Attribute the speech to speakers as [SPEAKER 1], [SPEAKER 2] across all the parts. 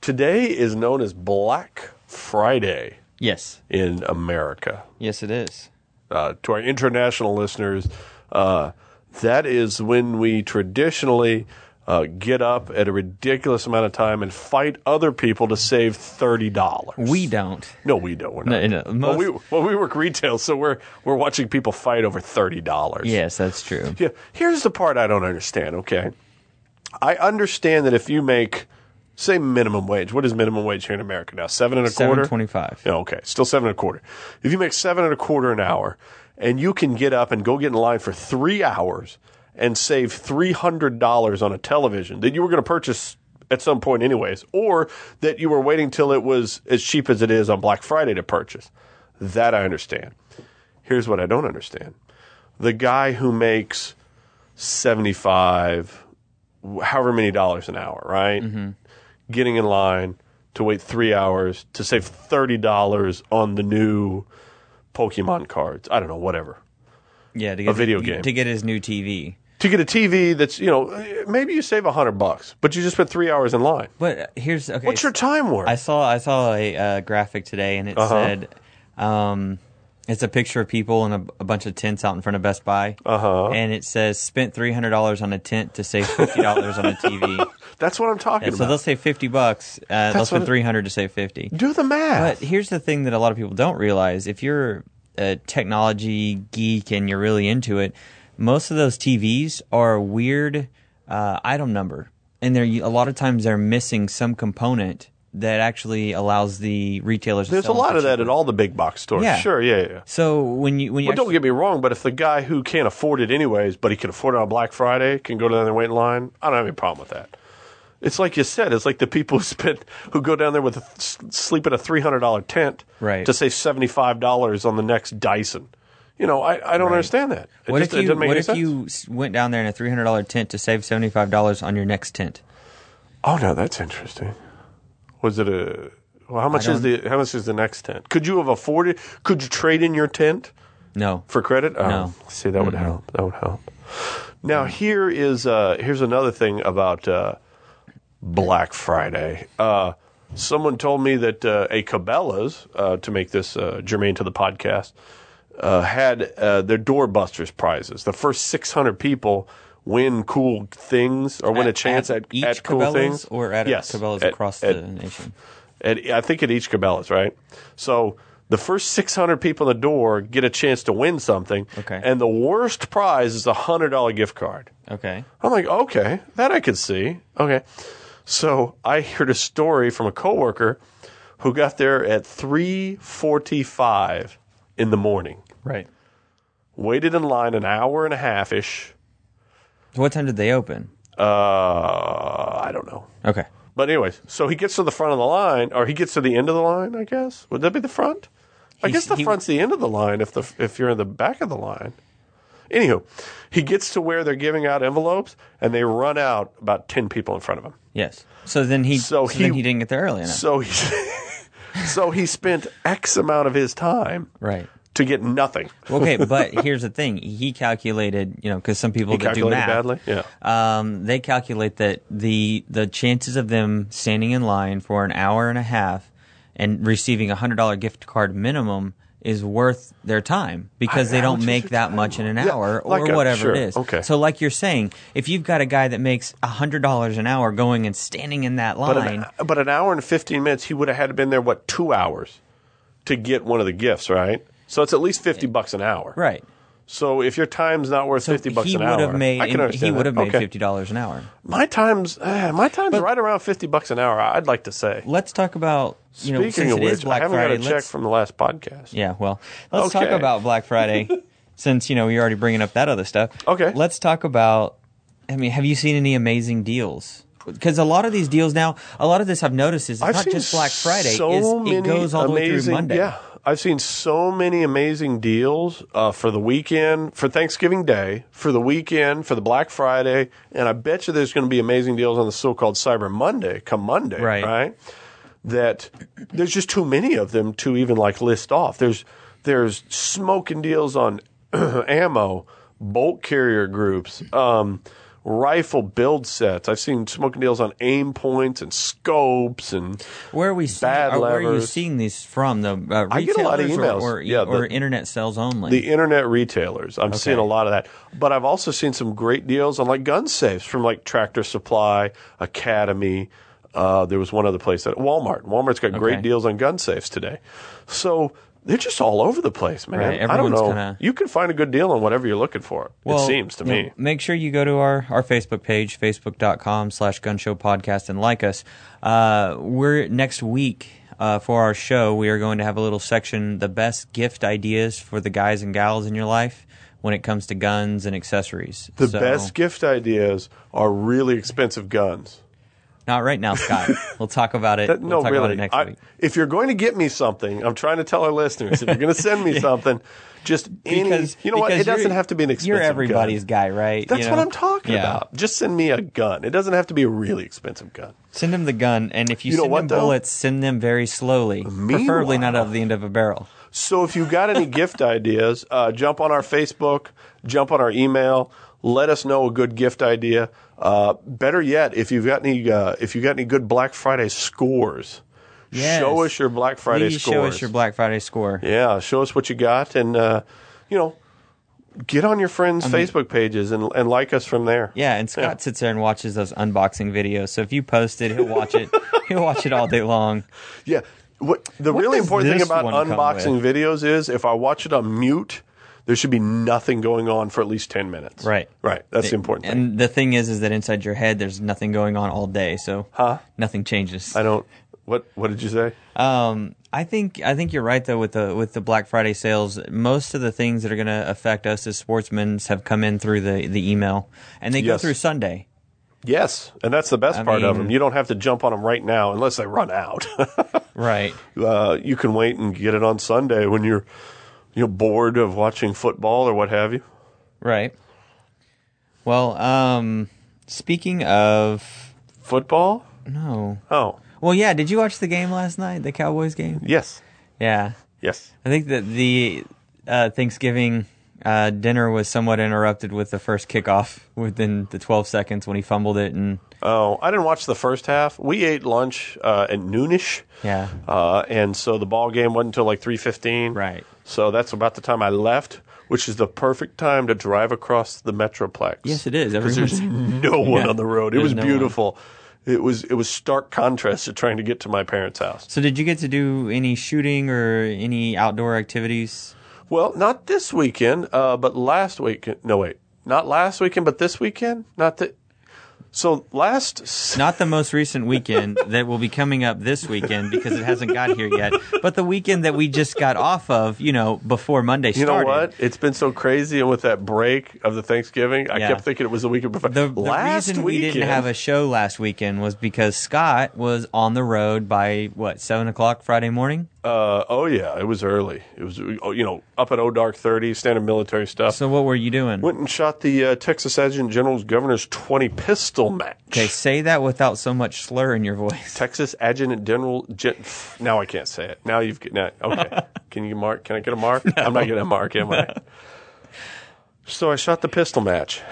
[SPEAKER 1] Today is known as Black Friday
[SPEAKER 2] Yes.
[SPEAKER 1] in America.
[SPEAKER 2] Yes, it is.
[SPEAKER 1] uh, to our international listeners, uh, that is when we traditionally uh, get up at a ridiculous amount of time and fight other people to save thirty dollars.
[SPEAKER 2] We don't.
[SPEAKER 1] no, we don't. We're not.
[SPEAKER 2] No, no, most-
[SPEAKER 1] well, Oh, we, well, we work retail, so we're we're watching people fight over thirty dollars.
[SPEAKER 2] Yes, that's true.
[SPEAKER 1] Yeah. Here's the part I don't understand. Okay, I understand that if you make say minimum wage, what is minimum wage here in America now? Seven and a quarter.
[SPEAKER 2] Seven twenty-five.
[SPEAKER 1] Yeah, okay. Still seven and a quarter. If you make seven and a quarter an hour and you can get up and go get in line for three hours and save $300 on a television that you were going to purchase at some point, anyways, or that you were waiting till it was as cheap as it is on Black Friday to purchase, that I understand. Here's what I don't understand the guy who makes 75 however many dollars an hour, right? Getting in line to wait three hours to save thirty dollars on the new Pokemon cards. I don't know, whatever.
[SPEAKER 2] Yeah, to get a
[SPEAKER 1] video game.
[SPEAKER 2] to get his new TV.
[SPEAKER 1] To get a TV that's you know maybe you save a hundred bucks, but you just spent three hours in line.
[SPEAKER 2] But uh, here's okay.
[SPEAKER 1] What's your time worth?
[SPEAKER 2] I saw I saw a uh, graphic today, and it
[SPEAKER 1] Uh-huh.
[SPEAKER 2] said, um, it's a picture of people in a, a bunch of tents out in front of Best Buy, uh-huh. and it says spent three hundred dollars on a tent to save fifty dollars on a TV.
[SPEAKER 1] that's what I'm talking
[SPEAKER 2] so they'll
[SPEAKER 1] about.
[SPEAKER 2] save fifty bucks. Uh, they'll
[SPEAKER 1] what it-
[SPEAKER 2] spend three hundred to save fifty.
[SPEAKER 1] Do the
[SPEAKER 2] But
[SPEAKER 1] math.
[SPEAKER 2] here's the thing that a lot of people don't realize: if you're a technology geek and you're really into it, most of those TVs are a weird uh, item number, and they're a lot of times they're missing some component that actually allows the retailers.
[SPEAKER 1] There's a lot of that at all the big box stores.
[SPEAKER 2] Yeah.
[SPEAKER 1] Sure, yeah, yeah. yeah.
[SPEAKER 2] So when you when you
[SPEAKER 1] But don't
[SPEAKER 2] actually-
[SPEAKER 1] get me wrong, but if the guy who can't afford it anyways, but he can afford it on Black Friday, can go down there and wait in line, I don't have any problem with that. It's like you said, it's like the people who spend who go down there with a, s- sleep in a three hundred dollar tent
[SPEAKER 2] Right.
[SPEAKER 1] to save seventy five dollars on the next Dyson. You know, I, I don't understand that. It
[SPEAKER 2] what
[SPEAKER 1] just-
[SPEAKER 2] if
[SPEAKER 1] it
[SPEAKER 2] you
[SPEAKER 1] doesn't make
[SPEAKER 2] what
[SPEAKER 1] any
[SPEAKER 2] if
[SPEAKER 1] sense.
[SPEAKER 2] you s- went down there in a three hundred dollar tent to save seventy five dollars on your next tent?
[SPEAKER 1] Oh no, that's interesting. Was it a well, how much is the how much is the next tent? Could you have afforded could you trade in your tent?
[SPEAKER 2] No,
[SPEAKER 1] for credit. Oh,
[SPEAKER 2] No.
[SPEAKER 1] see that would help. That would help. Now here is uh, here's another thing about uh, Black Friday. Uh, someone told me that uh, a Cabela's uh, to make this uh, germane to the podcast uh, had uh, their doorbusters prizes. The first 600 people win cool things or win a
[SPEAKER 2] At-
[SPEAKER 1] chance at,
[SPEAKER 2] at each
[SPEAKER 1] at cool
[SPEAKER 2] Cabela's
[SPEAKER 1] things
[SPEAKER 2] or at a
[SPEAKER 1] yes,
[SPEAKER 2] Cabela's
[SPEAKER 1] at-
[SPEAKER 2] across
[SPEAKER 1] at
[SPEAKER 2] the nation.
[SPEAKER 1] at I think at each Cabela's, right? So the first 600 people in the door get a chance to win something,
[SPEAKER 2] Okay.
[SPEAKER 1] and the worst prize is a hundred dollar gift card.
[SPEAKER 2] Okay,
[SPEAKER 1] I'm like, okay, that I could see. Okay, so I heard a story from a coworker who got there at 3:45 in the morning,
[SPEAKER 2] right.
[SPEAKER 1] waited in line an hour and a half ish.
[SPEAKER 2] So what time did they open?
[SPEAKER 1] Uh, I don't know.
[SPEAKER 2] Okay,
[SPEAKER 1] But anyways, so he gets to the front of the line, or he gets to the end of the line. I guess would that be the front? I
[SPEAKER 2] He's-
[SPEAKER 1] guess the
[SPEAKER 2] he-
[SPEAKER 1] front's the end of the line if the if you're in the back of the line. Anywho, he gets to where they're giving out envelopes, and they run out about ten people in front of him.
[SPEAKER 2] yes. So then he
[SPEAKER 1] So
[SPEAKER 2] so,
[SPEAKER 1] he-
[SPEAKER 2] then he didn't get there early enough.
[SPEAKER 1] So he so he spent X amount of his time
[SPEAKER 2] Right.
[SPEAKER 1] to get nothing.
[SPEAKER 2] Okay, but here's the thing. He calculated, you know, because some people that do
[SPEAKER 1] Calculated
[SPEAKER 2] math,
[SPEAKER 1] badly. Yeah.
[SPEAKER 2] um, they calculate that the the chances of them standing in line for an hour and a half and receiving a hundred dollar gift card minimum is worth their time because
[SPEAKER 1] How
[SPEAKER 2] they don't
[SPEAKER 1] much is
[SPEAKER 2] make
[SPEAKER 1] your
[SPEAKER 2] that
[SPEAKER 1] time
[SPEAKER 2] much in an
[SPEAKER 1] worth? Yeah,
[SPEAKER 2] hour
[SPEAKER 1] like
[SPEAKER 2] or
[SPEAKER 1] a-
[SPEAKER 2] whatever
[SPEAKER 1] sure,
[SPEAKER 2] it is.
[SPEAKER 1] okay.
[SPEAKER 2] So, like you're saying, if you've got a guy that makes a hundred dollars an hour going and standing in that
[SPEAKER 1] But
[SPEAKER 2] line,
[SPEAKER 1] an, but an hour and 15 minutes, he would have had to been there, what, two hours to get one of the gifts, right? So it's at least 50 bucks an hour.
[SPEAKER 2] right?
[SPEAKER 1] So if your time's not worth
[SPEAKER 2] So
[SPEAKER 1] fifty bucks
[SPEAKER 2] he
[SPEAKER 1] an
[SPEAKER 2] would
[SPEAKER 1] hour,
[SPEAKER 2] have made
[SPEAKER 1] I can understand
[SPEAKER 2] he would
[SPEAKER 1] that.
[SPEAKER 2] have made
[SPEAKER 1] Okay.
[SPEAKER 2] fifty dollars an hour.
[SPEAKER 1] My time's uh, my time's right around fifty bucks an hour. I'd like to say.
[SPEAKER 2] Let's talk about you know
[SPEAKER 1] Speaking
[SPEAKER 2] since
[SPEAKER 1] of
[SPEAKER 2] it is
[SPEAKER 1] which,
[SPEAKER 2] Black
[SPEAKER 1] I haven't
[SPEAKER 2] Friday.
[SPEAKER 1] got a check
[SPEAKER 2] let's-
[SPEAKER 1] from the last podcast.
[SPEAKER 2] Yeah, well, let's
[SPEAKER 1] Okay.
[SPEAKER 2] talk about Black Friday since, you know, you're already bringing up that other stuff.
[SPEAKER 1] Okay.
[SPEAKER 2] Let's talk about, I mean, have you seen any amazing deals? Because a lot of these deals now, a lot of this I've noticed is it's
[SPEAKER 1] I've
[SPEAKER 2] not
[SPEAKER 1] seen
[SPEAKER 2] just Black Friday.
[SPEAKER 1] So
[SPEAKER 2] is
[SPEAKER 1] many
[SPEAKER 2] it goes all the
[SPEAKER 1] amazing,
[SPEAKER 2] way through Monday.
[SPEAKER 1] Yeah, I've seen so many amazing deals uh, for the weekend, for Thanksgiving Day, for the weekend, for the Black Friday, and I bet you there's going to be amazing deals on the so-called Cyber Monday come Monday,
[SPEAKER 2] Right.
[SPEAKER 1] right? That there's just too many of them to even like list off. There's there's smoking deals on ammo, bolt carrier groups. Um, rifle build sets. I've seen smoking deals on aim points and scopes and
[SPEAKER 2] Where are we seeing,
[SPEAKER 1] Bad
[SPEAKER 2] or where are you
[SPEAKER 1] levers.
[SPEAKER 2] seeing these from? The uh,
[SPEAKER 1] I get a lot of
[SPEAKER 2] retailers
[SPEAKER 1] emails.
[SPEAKER 2] or, or,
[SPEAKER 1] Yeah,
[SPEAKER 2] or
[SPEAKER 1] the-
[SPEAKER 2] internet sales only.
[SPEAKER 1] the internet retailers. I'm seeing a lot of that. But I've also seen some great deals on like gun safes from like Tractor Supply, Academy. Uh, there was one other place that Walmart. Walmart's got great
[SPEAKER 2] Okay.
[SPEAKER 1] deals on gun safes today. So they're just all over the place, man.
[SPEAKER 2] Right,
[SPEAKER 1] I don't
[SPEAKER 2] everyone's
[SPEAKER 1] know.
[SPEAKER 2] kinda-
[SPEAKER 1] You can find a good deal on whatever you're looking for. it
[SPEAKER 2] Well,
[SPEAKER 1] seems to
[SPEAKER 2] you know,
[SPEAKER 1] me.
[SPEAKER 2] Make sure you go to our, our Facebook page, facebook.com slash gun show podcast, and like us. Uh, we're next week uh, for our show. We are going to have a little section, the best gift ideas for the guys and gals in your life when it comes to guns and accessories.
[SPEAKER 1] The
[SPEAKER 2] So-
[SPEAKER 1] best gift ideas are really expensive guns.
[SPEAKER 2] Not right now, Scott. we'll talk about it.
[SPEAKER 1] That-
[SPEAKER 2] we'll
[SPEAKER 1] no,
[SPEAKER 2] talk
[SPEAKER 1] really.
[SPEAKER 2] about it next
[SPEAKER 1] I-
[SPEAKER 2] week.
[SPEAKER 1] If you're going to get me something, I'm trying to tell our listeners if you're going to send me something, just any. You know what?
[SPEAKER 2] because
[SPEAKER 1] It doesn't
[SPEAKER 2] you're-
[SPEAKER 1] have to be an expensive.
[SPEAKER 2] You're
[SPEAKER 1] gun.
[SPEAKER 2] everybody's guy, right? You
[SPEAKER 1] That's what
[SPEAKER 2] know?
[SPEAKER 1] I'm talking
[SPEAKER 2] Yeah.
[SPEAKER 1] about. Just send me a gun. It doesn't have to be a really expensive gun.
[SPEAKER 2] Send them the gun, and if you,
[SPEAKER 1] You know
[SPEAKER 2] send
[SPEAKER 1] what,
[SPEAKER 2] them
[SPEAKER 1] though?
[SPEAKER 2] bullets, send them very slowly, preferably not out of the end of a barrel.
[SPEAKER 1] So if you got any gift ideas, uh, jump on our Facebook, jump on our email. Let us know a good gift idea. Uh, better yet, if you've got any, uh, if you got any good Black Friday scores,
[SPEAKER 2] Yes.
[SPEAKER 1] show us your Black Friday
[SPEAKER 2] Please
[SPEAKER 1] scores.
[SPEAKER 2] show us your Black Friday score.
[SPEAKER 1] Yeah, show us what you got, and uh, you know, get on your friends' Facebook pages and and like us from there.
[SPEAKER 2] Yeah, and Scott sits there and watches those unboxing videos. So if you post it, he'll watch it. he'll watch it all day long.
[SPEAKER 1] yeah. What the really
[SPEAKER 2] does
[SPEAKER 1] important thing
[SPEAKER 2] this
[SPEAKER 1] about
[SPEAKER 2] one come
[SPEAKER 1] unboxing videos is if I watch it on mute, there should be nothing going on for at least ten minutes.
[SPEAKER 2] Right.
[SPEAKER 1] right. That's the important thing.
[SPEAKER 2] And the thing is, is that inside your head, there's nothing going on all day. So nothing changes.
[SPEAKER 1] I don't. What What did you say?
[SPEAKER 2] Um, I think I think you're right though with the with the Black Friday sales. Most of the things that are going to affect us as sportsmen have come in through the the email, and they go
[SPEAKER 1] Yes.
[SPEAKER 2] through Sunday.
[SPEAKER 1] Yes, and that's the best part of
[SPEAKER 2] mean-
[SPEAKER 1] them. You don't have to jump on them right now unless they run out.
[SPEAKER 2] Right.
[SPEAKER 1] uh, you can wait and get it on Sunday when you're you're bored of watching football or what have you.
[SPEAKER 2] Right. Well, um, speaking of
[SPEAKER 1] Football?
[SPEAKER 2] no.
[SPEAKER 1] Oh,
[SPEAKER 2] Well, yeah. Did you watch the game last night? The Cowboys game?
[SPEAKER 1] yes,
[SPEAKER 2] Yeah.
[SPEAKER 1] yes.
[SPEAKER 2] I think that the uh, Thanksgiving uh, dinner was somewhat interrupted with the first kickoff within the 12 seconds when he fumbled it, and
[SPEAKER 1] Oh, I didn't watch the first half. We ate lunch uh, at noonish.
[SPEAKER 2] Yeah.
[SPEAKER 1] Uh, and so the ball game wasn't until like three fifteen.
[SPEAKER 2] Right.
[SPEAKER 1] So that's about the time I left, which is the perfect time to drive across the metroplex.
[SPEAKER 2] yes, it is.
[SPEAKER 1] 'Cause there's
[SPEAKER 2] Everyone's
[SPEAKER 1] no one
[SPEAKER 2] Yeah.
[SPEAKER 1] on the road. It was
[SPEAKER 2] There's no one.
[SPEAKER 1] beautiful. It was it was stark contrast to trying to get to my parents' house.
[SPEAKER 2] So did you get to do any shooting or any outdoor activities?
[SPEAKER 1] Well, not this weekend, uh, but last weekend. No, wait, not last weekend, but this weekend. Not that. So last s-
[SPEAKER 2] Not the most recent weekend that will be coming up this weekend because it hasn't got here yet, but the weekend that we just got off of, you know, before Monday
[SPEAKER 1] You
[SPEAKER 2] started.
[SPEAKER 1] know what? It's been so crazy, and with that break of the Thanksgiving, I
[SPEAKER 2] Yeah.
[SPEAKER 1] kept thinking it was the weekend before.
[SPEAKER 2] The, the
[SPEAKER 1] Last
[SPEAKER 2] reason we
[SPEAKER 1] weekend,
[SPEAKER 2] didn't have a show last weekend was because Scott was on the road by what seven o'clock Friday morning.
[SPEAKER 1] uh, oh yeah, it was early. It was oh, you know up at O Dark Thirty, standard military stuff.
[SPEAKER 2] So what were you doing?
[SPEAKER 1] Went and shot the uh, Texas Adjutant General's Governor's twenty pistol match.
[SPEAKER 2] Okay, say that without so much slur in your voice.
[SPEAKER 1] Texas Adjutant General. Gen- now I can't say it. Now you've now, okay. Can you mark? Can I get a mark? I'm not getting a mark, am I? So I shot the pistol match.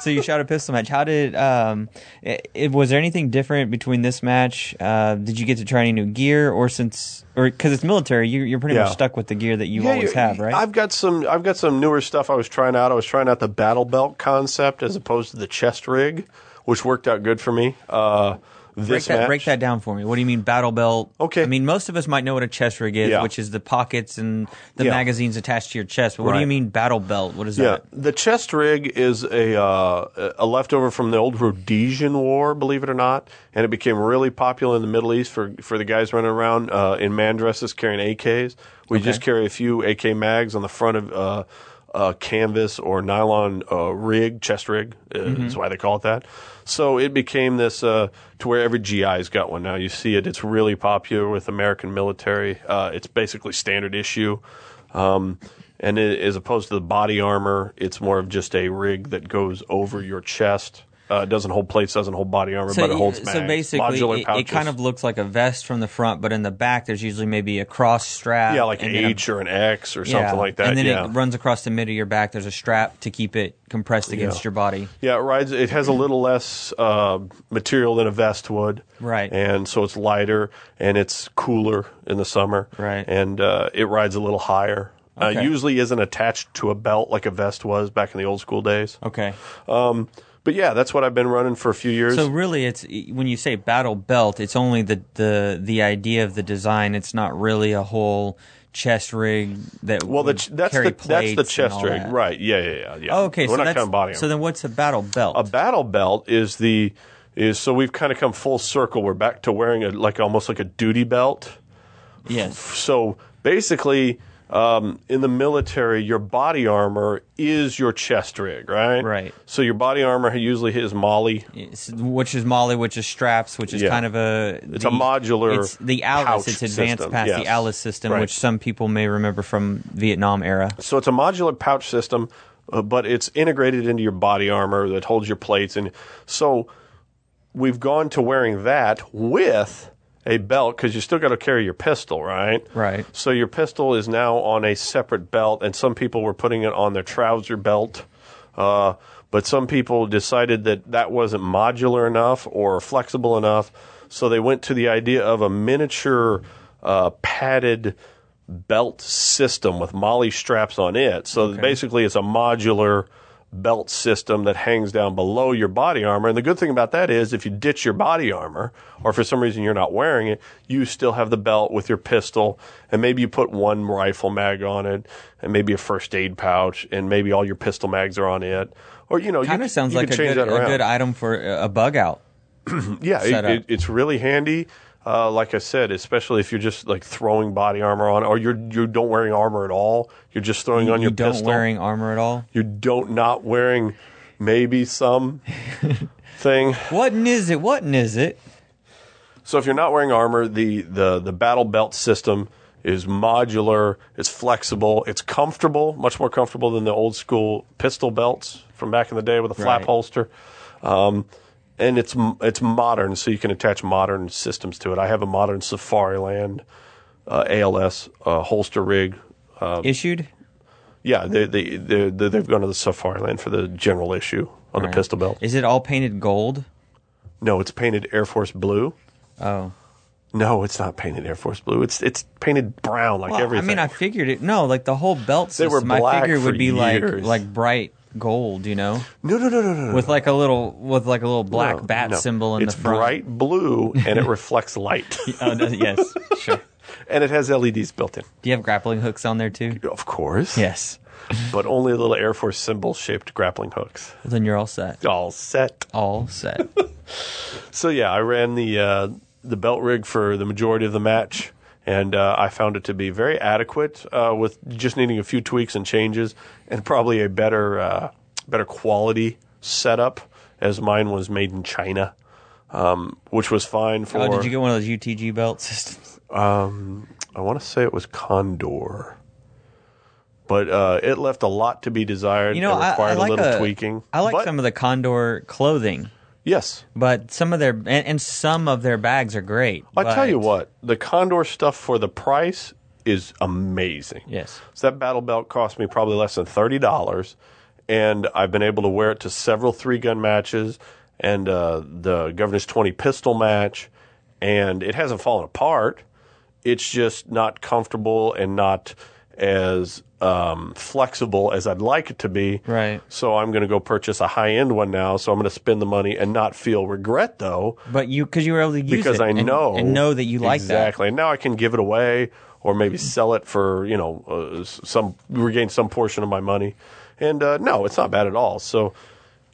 [SPEAKER 2] So you shot a pistol match. How did um? It, it- was there anything different between this match? Uh, did you get to try any new gear, or since or because it's military, you, you're pretty
[SPEAKER 1] Yeah.
[SPEAKER 2] much stuck with the gear that you
[SPEAKER 1] Yeah,
[SPEAKER 2] always
[SPEAKER 1] you-
[SPEAKER 2] have, right?
[SPEAKER 1] I've got some. I've got some newer stuff. I was trying out. I was trying out the battle belt concept as opposed to the chest rig, which worked out good for me. Uh, this
[SPEAKER 2] break that
[SPEAKER 1] match,
[SPEAKER 2] break that down for me. What do you mean battle belt?
[SPEAKER 1] Okay.
[SPEAKER 2] I mean most of us might know what a chest rig is,
[SPEAKER 1] Yeah.
[SPEAKER 2] which is the pockets and the
[SPEAKER 1] Yeah.
[SPEAKER 2] magazines attached to your chest. But what do you
[SPEAKER 1] Right.
[SPEAKER 2] mean battle belt? What is
[SPEAKER 1] Yeah,
[SPEAKER 2] that?
[SPEAKER 1] the chest rig is a uh, a leftover from the old Rhodesian War, believe it or not, and it became really popular in the Middle East for for the guys running around uh, in man dresses carrying AKs. We just carry a few AK mags on the front of uh, a canvas or nylon uh, rig, chest rig. Uh,
[SPEAKER 2] Mm-hmm.
[SPEAKER 1] That's why they call it that. So it became this uh, to where every GI's got one now. You see it; it's really popular with American military. Uh, it's basically standard issue. Um, and it, as opposed to the body armor, it's more of just a rig that goes over your chest. Uh, it doesn't hold plates, doesn't hold body armor, but it
[SPEAKER 2] you-
[SPEAKER 1] holds mags.
[SPEAKER 2] so basically,
[SPEAKER 1] modular
[SPEAKER 2] it, it
[SPEAKER 1] pouches.
[SPEAKER 2] kind of looks like a vest from the front, but in the back, there's usually maybe a cross strap.
[SPEAKER 1] yeah, like an
[SPEAKER 2] and then a-
[SPEAKER 1] H or an X or something
[SPEAKER 2] yeah,
[SPEAKER 1] like that.
[SPEAKER 2] And then
[SPEAKER 1] yeah.
[SPEAKER 2] it runs across the mid of your back. There's a strap to keep it compressed against your body.
[SPEAKER 1] Yeah, it rides. It has a little less uh, material than a vest would,
[SPEAKER 2] Right.
[SPEAKER 1] And so it's lighter and it's cooler in the summer,
[SPEAKER 2] Right.
[SPEAKER 1] And uh, it rides a little higher. Uh,
[SPEAKER 2] Okay.
[SPEAKER 1] usually isn't attached to a belt like a vest was back in the old school days.
[SPEAKER 2] Okay.
[SPEAKER 1] Um, but yeah, that's what I've been running for a few years.
[SPEAKER 2] So really, it's e, when you say battle belt, it's only the the the idea of the design. It's not really a whole chest rig that
[SPEAKER 1] well, the,
[SPEAKER 2] would
[SPEAKER 1] ch- that's the
[SPEAKER 2] carry
[SPEAKER 1] that's
[SPEAKER 2] plates
[SPEAKER 1] the
[SPEAKER 2] and
[SPEAKER 1] chest
[SPEAKER 2] all
[SPEAKER 1] rig,
[SPEAKER 2] that.
[SPEAKER 1] right? Yeah, yeah, yeah. yeah.
[SPEAKER 2] Oh, okay,
[SPEAKER 1] we're
[SPEAKER 2] so
[SPEAKER 1] not
[SPEAKER 2] that's
[SPEAKER 1] counting body armor.
[SPEAKER 2] so then what's a battle belt?
[SPEAKER 1] a battle belt is the is so we've kind of come full circle. We're back to wearing a like almost like a duty belt.
[SPEAKER 2] yes,
[SPEAKER 1] so basically um, in the military your body armor is your chest rig right
[SPEAKER 2] Right.
[SPEAKER 1] so your body armor usually is molly
[SPEAKER 2] It's- which is Molly, which is straps, which is
[SPEAKER 1] Yeah.
[SPEAKER 2] kind of a it's
[SPEAKER 1] a modular
[SPEAKER 2] It's the Alice.
[SPEAKER 1] pouch
[SPEAKER 2] It's advanced
[SPEAKER 1] system,
[SPEAKER 2] past
[SPEAKER 1] yes.
[SPEAKER 2] the Alice system,
[SPEAKER 1] Right.
[SPEAKER 2] which some people may remember from Vietnam era.
[SPEAKER 1] so it's a modular pouch system uh, but it's integrated into your body armor that holds your plates and so we've gone to wearing that with a belt because you still got to carry your pistol right
[SPEAKER 2] Right.
[SPEAKER 1] So your pistol is now on a separate belt, and some people were putting it on their trouser belt. Uh, but some people decided that that wasn't modular enough or flexible enough, so they went to the idea of a miniature uh, padded belt system with molly straps on it. So that basically, it's a modular belt system that hangs down below your body armor. And the good thing about that is if you ditch your body armor or for some reason you're not wearing it, you still have the belt with your pistol and maybe you put one rifle mag on it and maybe a first aid pouch and maybe all your pistol mags are on it. Or you know, you
[SPEAKER 2] Kind
[SPEAKER 1] c-
[SPEAKER 2] of sounds
[SPEAKER 1] you
[SPEAKER 2] like
[SPEAKER 1] can
[SPEAKER 2] a
[SPEAKER 1] change
[SPEAKER 2] good,
[SPEAKER 1] that
[SPEAKER 2] a
[SPEAKER 1] around.
[SPEAKER 2] good item for a a bug out.
[SPEAKER 1] Yeah, it,
[SPEAKER 2] setup.
[SPEAKER 1] it, it's really handy. Uh, like I said, especially if you're just like throwing body armor on, or you're you don't wearing armor at all. You're just throwing on
[SPEAKER 2] you
[SPEAKER 1] your
[SPEAKER 2] don't
[SPEAKER 1] pistol.
[SPEAKER 2] wearing armor at all.
[SPEAKER 1] you don't not wearing maybe some thing.
[SPEAKER 2] What in is it? What in is it?
[SPEAKER 1] So if you're not wearing armor, the the the battle belt system is modular, it's flexible, it's comfortable, much more comfortable than the old school pistol belts from back in the day with a flap
[SPEAKER 2] Right.
[SPEAKER 1] holster. Um, and it's m- it's modern, so you can attach modern systems to it. I have a modern Safariland uh, ALS uh, holster rig
[SPEAKER 2] Issued?
[SPEAKER 1] Yeah, they, they, they, they, they've gone to the Safariland for the general issue on the
[SPEAKER 2] Right.
[SPEAKER 1] pistol belt.
[SPEAKER 2] Is it all painted gold?
[SPEAKER 1] No, it's painted Air Force blue.
[SPEAKER 2] Oh,
[SPEAKER 1] No, it's not painted Air Force blue. It's it's painted brown like
[SPEAKER 2] Well,
[SPEAKER 1] everything.
[SPEAKER 2] I mean, I figured it. No, like the whole belt
[SPEAKER 1] They
[SPEAKER 2] system.
[SPEAKER 1] were black
[SPEAKER 2] I figured it
[SPEAKER 1] for
[SPEAKER 2] would be
[SPEAKER 1] years.
[SPEAKER 2] like like bright gold. You know,
[SPEAKER 1] no, no, no, no, no. no,
[SPEAKER 2] with like a little with like a little black
[SPEAKER 1] no,
[SPEAKER 2] bat
[SPEAKER 1] no.
[SPEAKER 2] symbol in
[SPEAKER 1] it's
[SPEAKER 2] the front.
[SPEAKER 1] bright blue and it reflects light,
[SPEAKER 2] Oh, does- yes, sure.
[SPEAKER 1] and it has LEDs built in.
[SPEAKER 2] Do you have grappling hooks on there too?
[SPEAKER 1] Of course,
[SPEAKER 2] Yes.
[SPEAKER 1] but only little Air Force symbol shaped grappling hooks.
[SPEAKER 2] Well, then you're all set.
[SPEAKER 1] All set.
[SPEAKER 2] All set.
[SPEAKER 1] So yeah, I ran the uh, the belt rig for the majority of the match, and uh, I found it to be very adequate uh, with just needing a few tweaks and changes, and probably a better uh, better quality setup, as mine was made in China, um, which was fine for.
[SPEAKER 2] oh, did you get one of those UTG belt systems?
[SPEAKER 1] um, I want to say it was Condor. But uh, it left a lot to be desired.
[SPEAKER 2] You know,
[SPEAKER 1] it
[SPEAKER 2] I,
[SPEAKER 1] required
[SPEAKER 2] I like
[SPEAKER 1] a little
[SPEAKER 2] a-
[SPEAKER 1] tweaking.
[SPEAKER 2] I like
[SPEAKER 1] But-
[SPEAKER 2] some of the Condor clothing,
[SPEAKER 1] Yes,
[SPEAKER 2] but some of their and, and some of their bags are great.
[SPEAKER 1] I tell
[SPEAKER 2] but-
[SPEAKER 1] you what, the Condor stuff for the price is amazing.
[SPEAKER 2] Yes.
[SPEAKER 1] So that battle belt cost me probably less than thirty dollars, and I've been able to wear it to several three gun matches and uh, the Governor's twenty pistol match, and it hasn't fallen apart. It's just not comfortable and not as um, flexible as I'd like it to be.
[SPEAKER 2] Right.
[SPEAKER 1] So I'm going to go purchase a high end one now. So I'm going to spend the money and not feel regret though
[SPEAKER 2] But you, because you were able to use
[SPEAKER 1] because
[SPEAKER 2] it
[SPEAKER 1] I
[SPEAKER 2] and-
[SPEAKER 1] know
[SPEAKER 2] and, know that you like that.
[SPEAKER 1] exactly. And now I can give it away or maybe sell it for you know uh, s- some regain some portion of my money. And uh, no, it's not bad at all. So,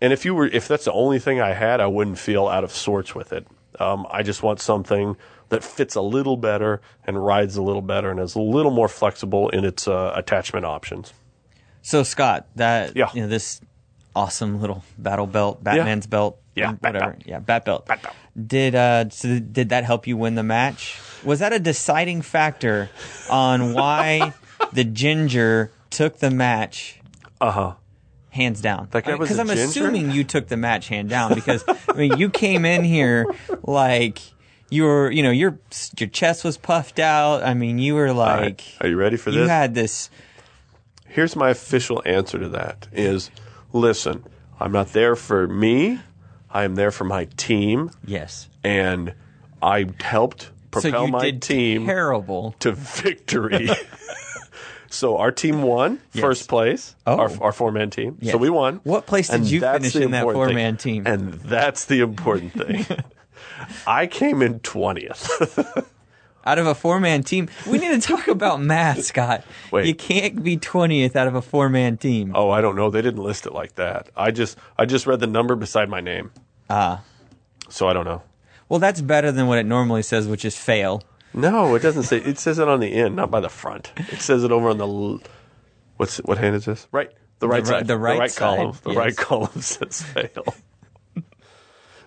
[SPEAKER 1] and if you were if that's the only thing I had, I wouldn't feel out of sorts with it. Um, I just want something that fits a little better and rides a little better and is a little more flexible in its uh, attachment options.
[SPEAKER 2] So Scott, that
[SPEAKER 1] Yeah.
[SPEAKER 2] you know this awesome little battle belt, Batman's belt,
[SPEAKER 1] Yeah,
[SPEAKER 2] and
[SPEAKER 1] bat
[SPEAKER 2] whatever,
[SPEAKER 1] belt.
[SPEAKER 2] yeah, bat belt.
[SPEAKER 1] Bat belt.
[SPEAKER 2] Did uh, so did that help you win the match? Was that a deciding factor on why the ginger took the match?
[SPEAKER 1] Uh huh.
[SPEAKER 2] hands down.
[SPEAKER 1] That guy was
[SPEAKER 2] because
[SPEAKER 1] a
[SPEAKER 2] I'm
[SPEAKER 1] ginger?
[SPEAKER 2] assuming you took the match hand down because I mean you came in here like you were you know your your chest was puffed out. I mean you were
[SPEAKER 1] All
[SPEAKER 2] like
[SPEAKER 1] right. Are you ready for
[SPEAKER 2] you
[SPEAKER 1] this?
[SPEAKER 2] had this
[SPEAKER 1] Here's my official answer to that is listen, I'm not there for me. I am there for my team
[SPEAKER 2] yes.
[SPEAKER 1] and I helped propel
[SPEAKER 2] so you
[SPEAKER 1] my
[SPEAKER 2] did
[SPEAKER 1] team
[SPEAKER 2] terrible.
[SPEAKER 1] to victory. so our team won first place.
[SPEAKER 2] Oh.
[SPEAKER 1] Our, our four man team.
[SPEAKER 2] Yes.
[SPEAKER 1] So we won.
[SPEAKER 2] What place did
[SPEAKER 1] And
[SPEAKER 2] you
[SPEAKER 1] that's
[SPEAKER 2] finish
[SPEAKER 1] the
[SPEAKER 2] in that
[SPEAKER 1] important thing.
[SPEAKER 2] four-man team?
[SPEAKER 1] And that's the important thing. I came in twentieth.
[SPEAKER 2] out of a four man team. We need to talk about math, Scott.
[SPEAKER 1] Wait.
[SPEAKER 2] You can't be 20th out of a four man team.
[SPEAKER 1] oh, I don't know. They didn't list it like that. I just I just read the number beside my name.
[SPEAKER 2] Ah.
[SPEAKER 1] So I don't know.
[SPEAKER 2] Well, that's better than what it normally says, which is fail.
[SPEAKER 1] No, it doesn't say. It says it on the end, not by the front. It says it over on the. l- What's what hand is this? Right, the right
[SPEAKER 2] ri-
[SPEAKER 1] side,
[SPEAKER 2] the right side,
[SPEAKER 1] column. The
[SPEAKER 2] yes.
[SPEAKER 1] right column says fail.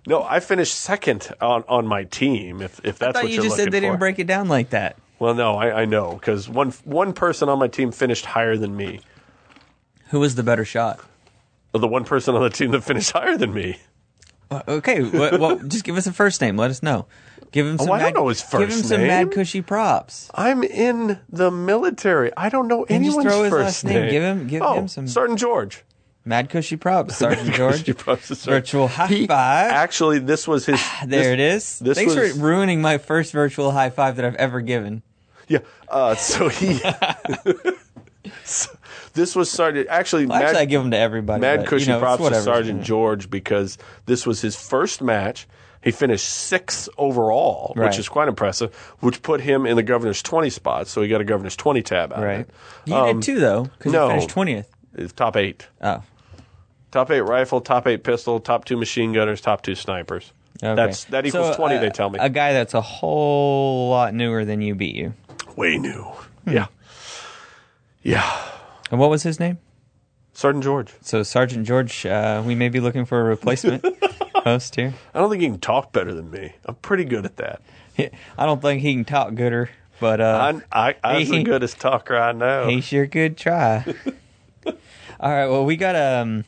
[SPEAKER 1] no, I finished second on, on my team. If if that's
[SPEAKER 2] I thought
[SPEAKER 1] what
[SPEAKER 2] you
[SPEAKER 1] you're
[SPEAKER 2] just said
[SPEAKER 1] looking
[SPEAKER 2] they
[SPEAKER 1] for.
[SPEAKER 2] didn't break it down like that.
[SPEAKER 1] Well, no, I, I know because one one person on my team finished higher than me.
[SPEAKER 2] Who was the better shot?
[SPEAKER 1] The one person on the team that finished higher than me.
[SPEAKER 2] Uh, Okay, well, well, just give us a first name. Let us know. Give him some.
[SPEAKER 1] Oh, I don't
[SPEAKER 2] mad,
[SPEAKER 1] know his
[SPEAKER 2] Give him
[SPEAKER 1] first
[SPEAKER 2] some mad
[SPEAKER 1] name.
[SPEAKER 2] cushy props.
[SPEAKER 1] I'm in the military. I don't know
[SPEAKER 2] just
[SPEAKER 1] anyone's
[SPEAKER 2] throw his
[SPEAKER 1] first
[SPEAKER 2] last name. Give him- give
[SPEAKER 1] oh,
[SPEAKER 2] him some-
[SPEAKER 1] Sergeant George.
[SPEAKER 2] Mad cushy props, Sergeant
[SPEAKER 1] George,
[SPEAKER 2] George. Virtual high five. Ah,
[SPEAKER 1] Actually, this was his.
[SPEAKER 2] There it
[SPEAKER 1] this-
[SPEAKER 2] is.
[SPEAKER 1] This
[SPEAKER 2] Thanks
[SPEAKER 1] was,
[SPEAKER 2] for ruining my first virtual high five that I've ever given.
[SPEAKER 1] Yeah. Uh, so he. So this was Sergeant. Actually,
[SPEAKER 2] Well, actually, I
[SPEAKER 1] Mad,
[SPEAKER 2] give them to everybody.
[SPEAKER 1] Mad
[SPEAKER 2] but, you
[SPEAKER 1] Cushy
[SPEAKER 2] know, it's
[SPEAKER 1] props to
[SPEAKER 2] whatever.
[SPEAKER 1] Sergeant George because this was his first match. He finished sixth overall,
[SPEAKER 2] Right.
[SPEAKER 1] which is quite impressive, which put him in the governor's 20 spot. So he got a governor's 20 tab out
[SPEAKER 2] Right.
[SPEAKER 1] of it.
[SPEAKER 2] You did too, though, because
[SPEAKER 1] Um, no.
[SPEAKER 2] you finished twentieth.
[SPEAKER 1] It's top eight.
[SPEAKER 2] Oh,
[SPEAKER 1] Top eight rifle, top eight pistol, top two machine gunners, top two snipers.
[SPEAKER 2] okay.
[SPEAKER 1] That's that equals
[SPEAKER 2] So,
[SPEAKER 1] twenty.
[SPEAKER 2] uh,
[SPEAKER 1] they tell me
[SPEAKER 2] a guy that's a whole lot newer than you beat you.
[SPEAKER 1] way new.
[SPEAKER 2] Hmm.
[SPEAKER 1] Yeah, yeah.
[SPEAKER 2] And what was his name?
[SPEAKER 1] Sergeant George.
[SPEAKER 2] So Sergeant George, uh, we may be looking for a replacement host here.
[SPEAKER 1] I don't think he can talk better than me. I'm pretty good at that.
[SPEAKER 2] He- I don't think he can talk gooder, but uh,
[SPEAKER 1] I, I, I'm
[SPEAKER 2] He-
[SPEAKER 1] the goodest talker I know.
[SPEAKER 2] he sure could try. All right. Well, we got um,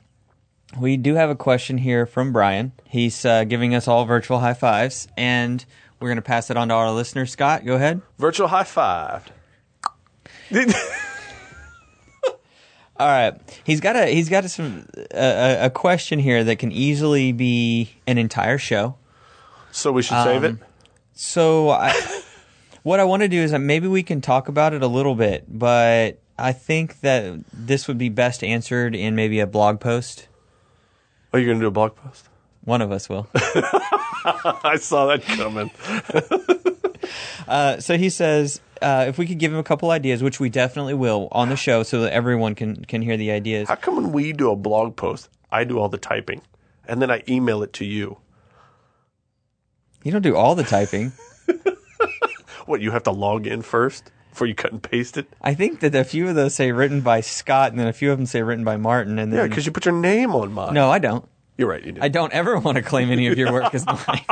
[SPEAKER 2] we do have a question here from Brian. He's uh, giving us all virtual high fives, and we're gonna pass it on to our listener. Scott, go ahead.
[SPEAKER 1] Virtual high five.
[SPEAKER 2] All right, he's got a he's got a, some a- a, a question here that can easily be an entire show.
[SPEAKER 1] so we should save it.
[SPEAKER 2] Um, So, I, what I want to do is that maybe we can talk about it a little bit, but I think that this would be best answered in maybe a blog post.
[SPEAKER 1] Are you going to do a blog post?
[SPEAKER 2] One of us will.
[SPEAKER 1] I saw that coming.
[SPEAKER 2] Uh, so he says uh, if we could give him a couple ideas, which we definitely will on the show, so that everyone can can hear the ideas.
[SPEAKER 1] How come when we do a blog post, I do all the typing and then I email it to you?
[SPEAKER 2] You don't do all the typing.
[SPEAKER 1] What, you have to log in first before you cut and paste it?
[SPEAKER 2] I think that a few of those say written by Scott, and then a few of them say written by Martin, and
[SPEAKER 1] Yeah,
[SPEAKER 2] then
[SPEAKER 1] because you put your name on mine.
[SPEAKER 2] Mm. no, I don't.
[SPEAKER 1] You're right. You do.
[SPEAKER 2] I don't ever want to claim any of your work as mine.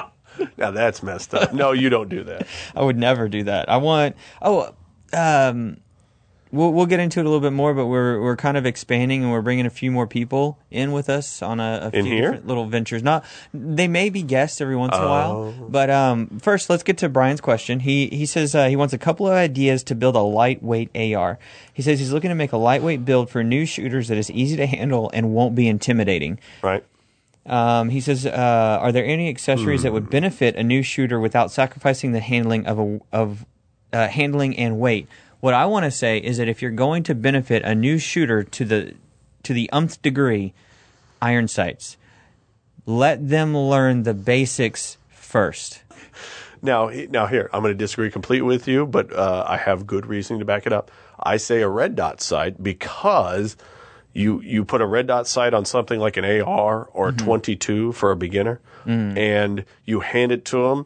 [SPEAKER 1] now that's messed up. No, you don't do that.
[SPEAKER 2] I would never do that. I want. Oh, um, we'll we'll get into it a little bit more, but we're we're kind of expanding and we're bringing a few more people in with us on a, a
[SPEAKER 1] In
[SPEAKER 2] few
[SPEAKER 1] here?
[SPEAKER 2] different little ventures. Not they may be guests every once in a while,
[SPEAKER 1] Oh.
[SPEAKER 2] but um, first let's get to Brian's question. He he says uh, he wants a couple of ideas to build a lightweight AR. He says he's looking to make a lightweight build for new shooters that is easy to handle and won't be intimidating.
[SPEAKER 1] Right?
[SPEAKER 2] Um, he says, uh, "Are there any accessories that would benefit a new shooter without sacrificing the handling of a, of uh, handling and weight?" What I want to say is that if you're going to benefit a new shooter to the to the umpth degree, iron sights, let them learn the basics first.
[SPEAKER 1] Now, he- now here, I'm going to disagree completely with you, but uh, I have good reasoning to back it up. I say a red dot sight because you you put a red dot sight on something like an AR or a 22 for a beginner, and you hand it to them,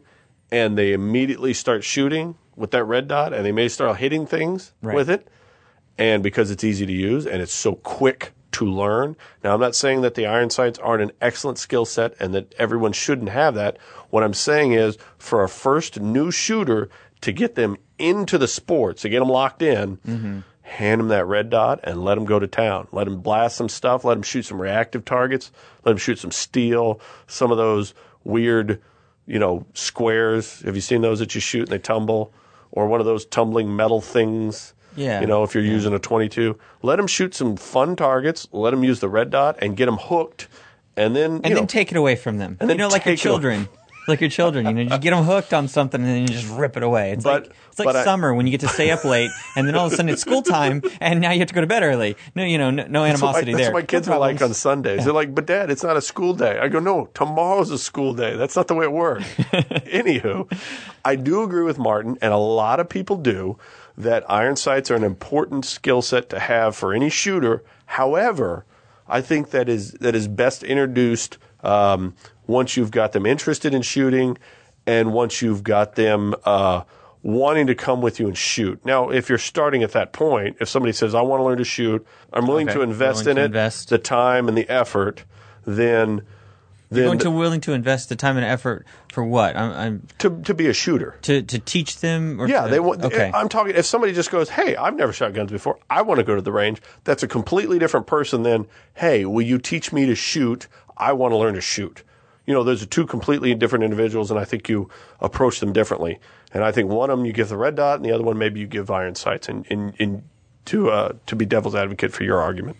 [SPEAKER 1] and they immediately start shooting with that red dot, and they may start hitting things
[SPEAKER 2] Right.
[SPEAKER 1] with it, and because it's easy to use and it's so quick to learn. Now, I'm not saying that the iron sights aren't an excellent skill set and that everyone shouldn't have that. What I'm saying is for a first new shooter to get them into the sport, to get them locked in, hand them that red dot and let them go to town. Let them blast some stuff. Let them shoot some reactive targets. Let them shoot some steel. Some of those weird, you know, squares. Have you seen those that you shoot and they tumble? Or one of those tumbling metal things.
[SPEAKER 2] Yeah.
[SPEAKER 1] You know, if you're using a 22, let them shoot some fun targets. Let them use the red dot and get them hooked. And then, you
[SPEAKER 2] and
[SPEAKER 1] know,
[SPEAKER 2] then take it away from them.
[SPEAKER 1] and
[SPEAKER 2] you
[SPEAKER 1] then
[SPEAKER 2] know, like your
[SPEAKER 1] take it away.
[SPEAKER 2] children. Like your children, you know, just get them hooked on something and then you just rip it away. It's
[SPEAKER 1] But-
[SPEAKER 2] like it's like
[SPEAKER 1] but I-
[SPEAKER 2] summer when you get to stay up late and then all of a sudden it's school time and now you have to go to bed early. No, you know, no, no animosity
[SPEAKER 1] my,
[SPEAKER 2] there.
[SPEAKER 1] That's what my
[SPEAKER 2] No
[SPEAKER 1] kids are like on
[SPEAKER 2] problems.
[SPEAKER 1] Sundays. They're like, but dad, it's not a school day. I go, no, tomorrow's a school day. That's not the way it works. Anywho, I do agree with Martin, and a lot of people do, that iron sights are an important skill set to have for any shooter. However, I think that is that is best introduced um, once you've got them interested in shooting, and once you've got them uh, wanting to come with you and shoot. Now, if you're starting at that point, if somebody says, "I want to learn to shoot," I'm willing
[SPEAKER 2] Okay.
[SPEAKER 1] to invest
[SPEAKER 2] Willing
[SPEAKER 1] in
[SPEAKER 2] to
[SPEAKER 1] it,
[SPEAKER 2] invest.
[SPEAKER 1] the time and the effort, then then
[SPEAKER 2] Going to willing to invest the time and effort for what? I'm, I'm
[SPEAKER 1] to to be a shooter.
[SPEAKER 2] to to teach them. Or
[SPEAKER 1] Yeah,
[SPEAKER 2] to-
[SPEAKER 1] they want. eh,
[SPEAKER 2] Okay,
[SPEAKER 1] I'm talking. If somebody just goes, "Hey, I've never shot guns before. I want to go to the range," that's a completely different person than, "Hey, will you teach me to shoot? I want to learn to shoot." You know, those are two completely different individuals, and I think you approach them differently. And I think one of them you give the red dot, and the other one maybe you give iron sights. And in, in to uh, to be devil's advocate for your argument,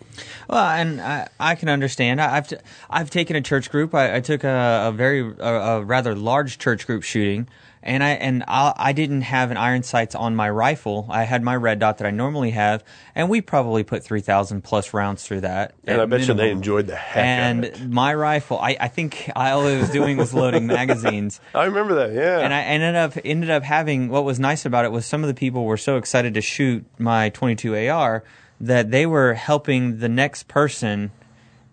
[SPEAKER 2] Well, and I, I can understand. I, I've t- I've taken a church group. I, I took a, a very a, a rather large church group shooting, and I and I, I didn't have an iron sights on my rifle. I had my red dot that I normally have, and we probably put three thousand plus rounds through that.
[SPEAKER 1] and
[SPEAKER 2] at
[SPEAKER 1] I bet you they
[SPEAKER 2] minimum.
[SPEAKER 1] enjoyed the heck out of it.
[SPEAKER 2] And my rifle, I, I think all I was doing was loading magazines
[SPEAKER 1] I remember that. Yeah,
[SPEAKER 2] and I ended up ended up having what was nice about it was some of the people were so excited to shoot my 22 AR that they were helping the next person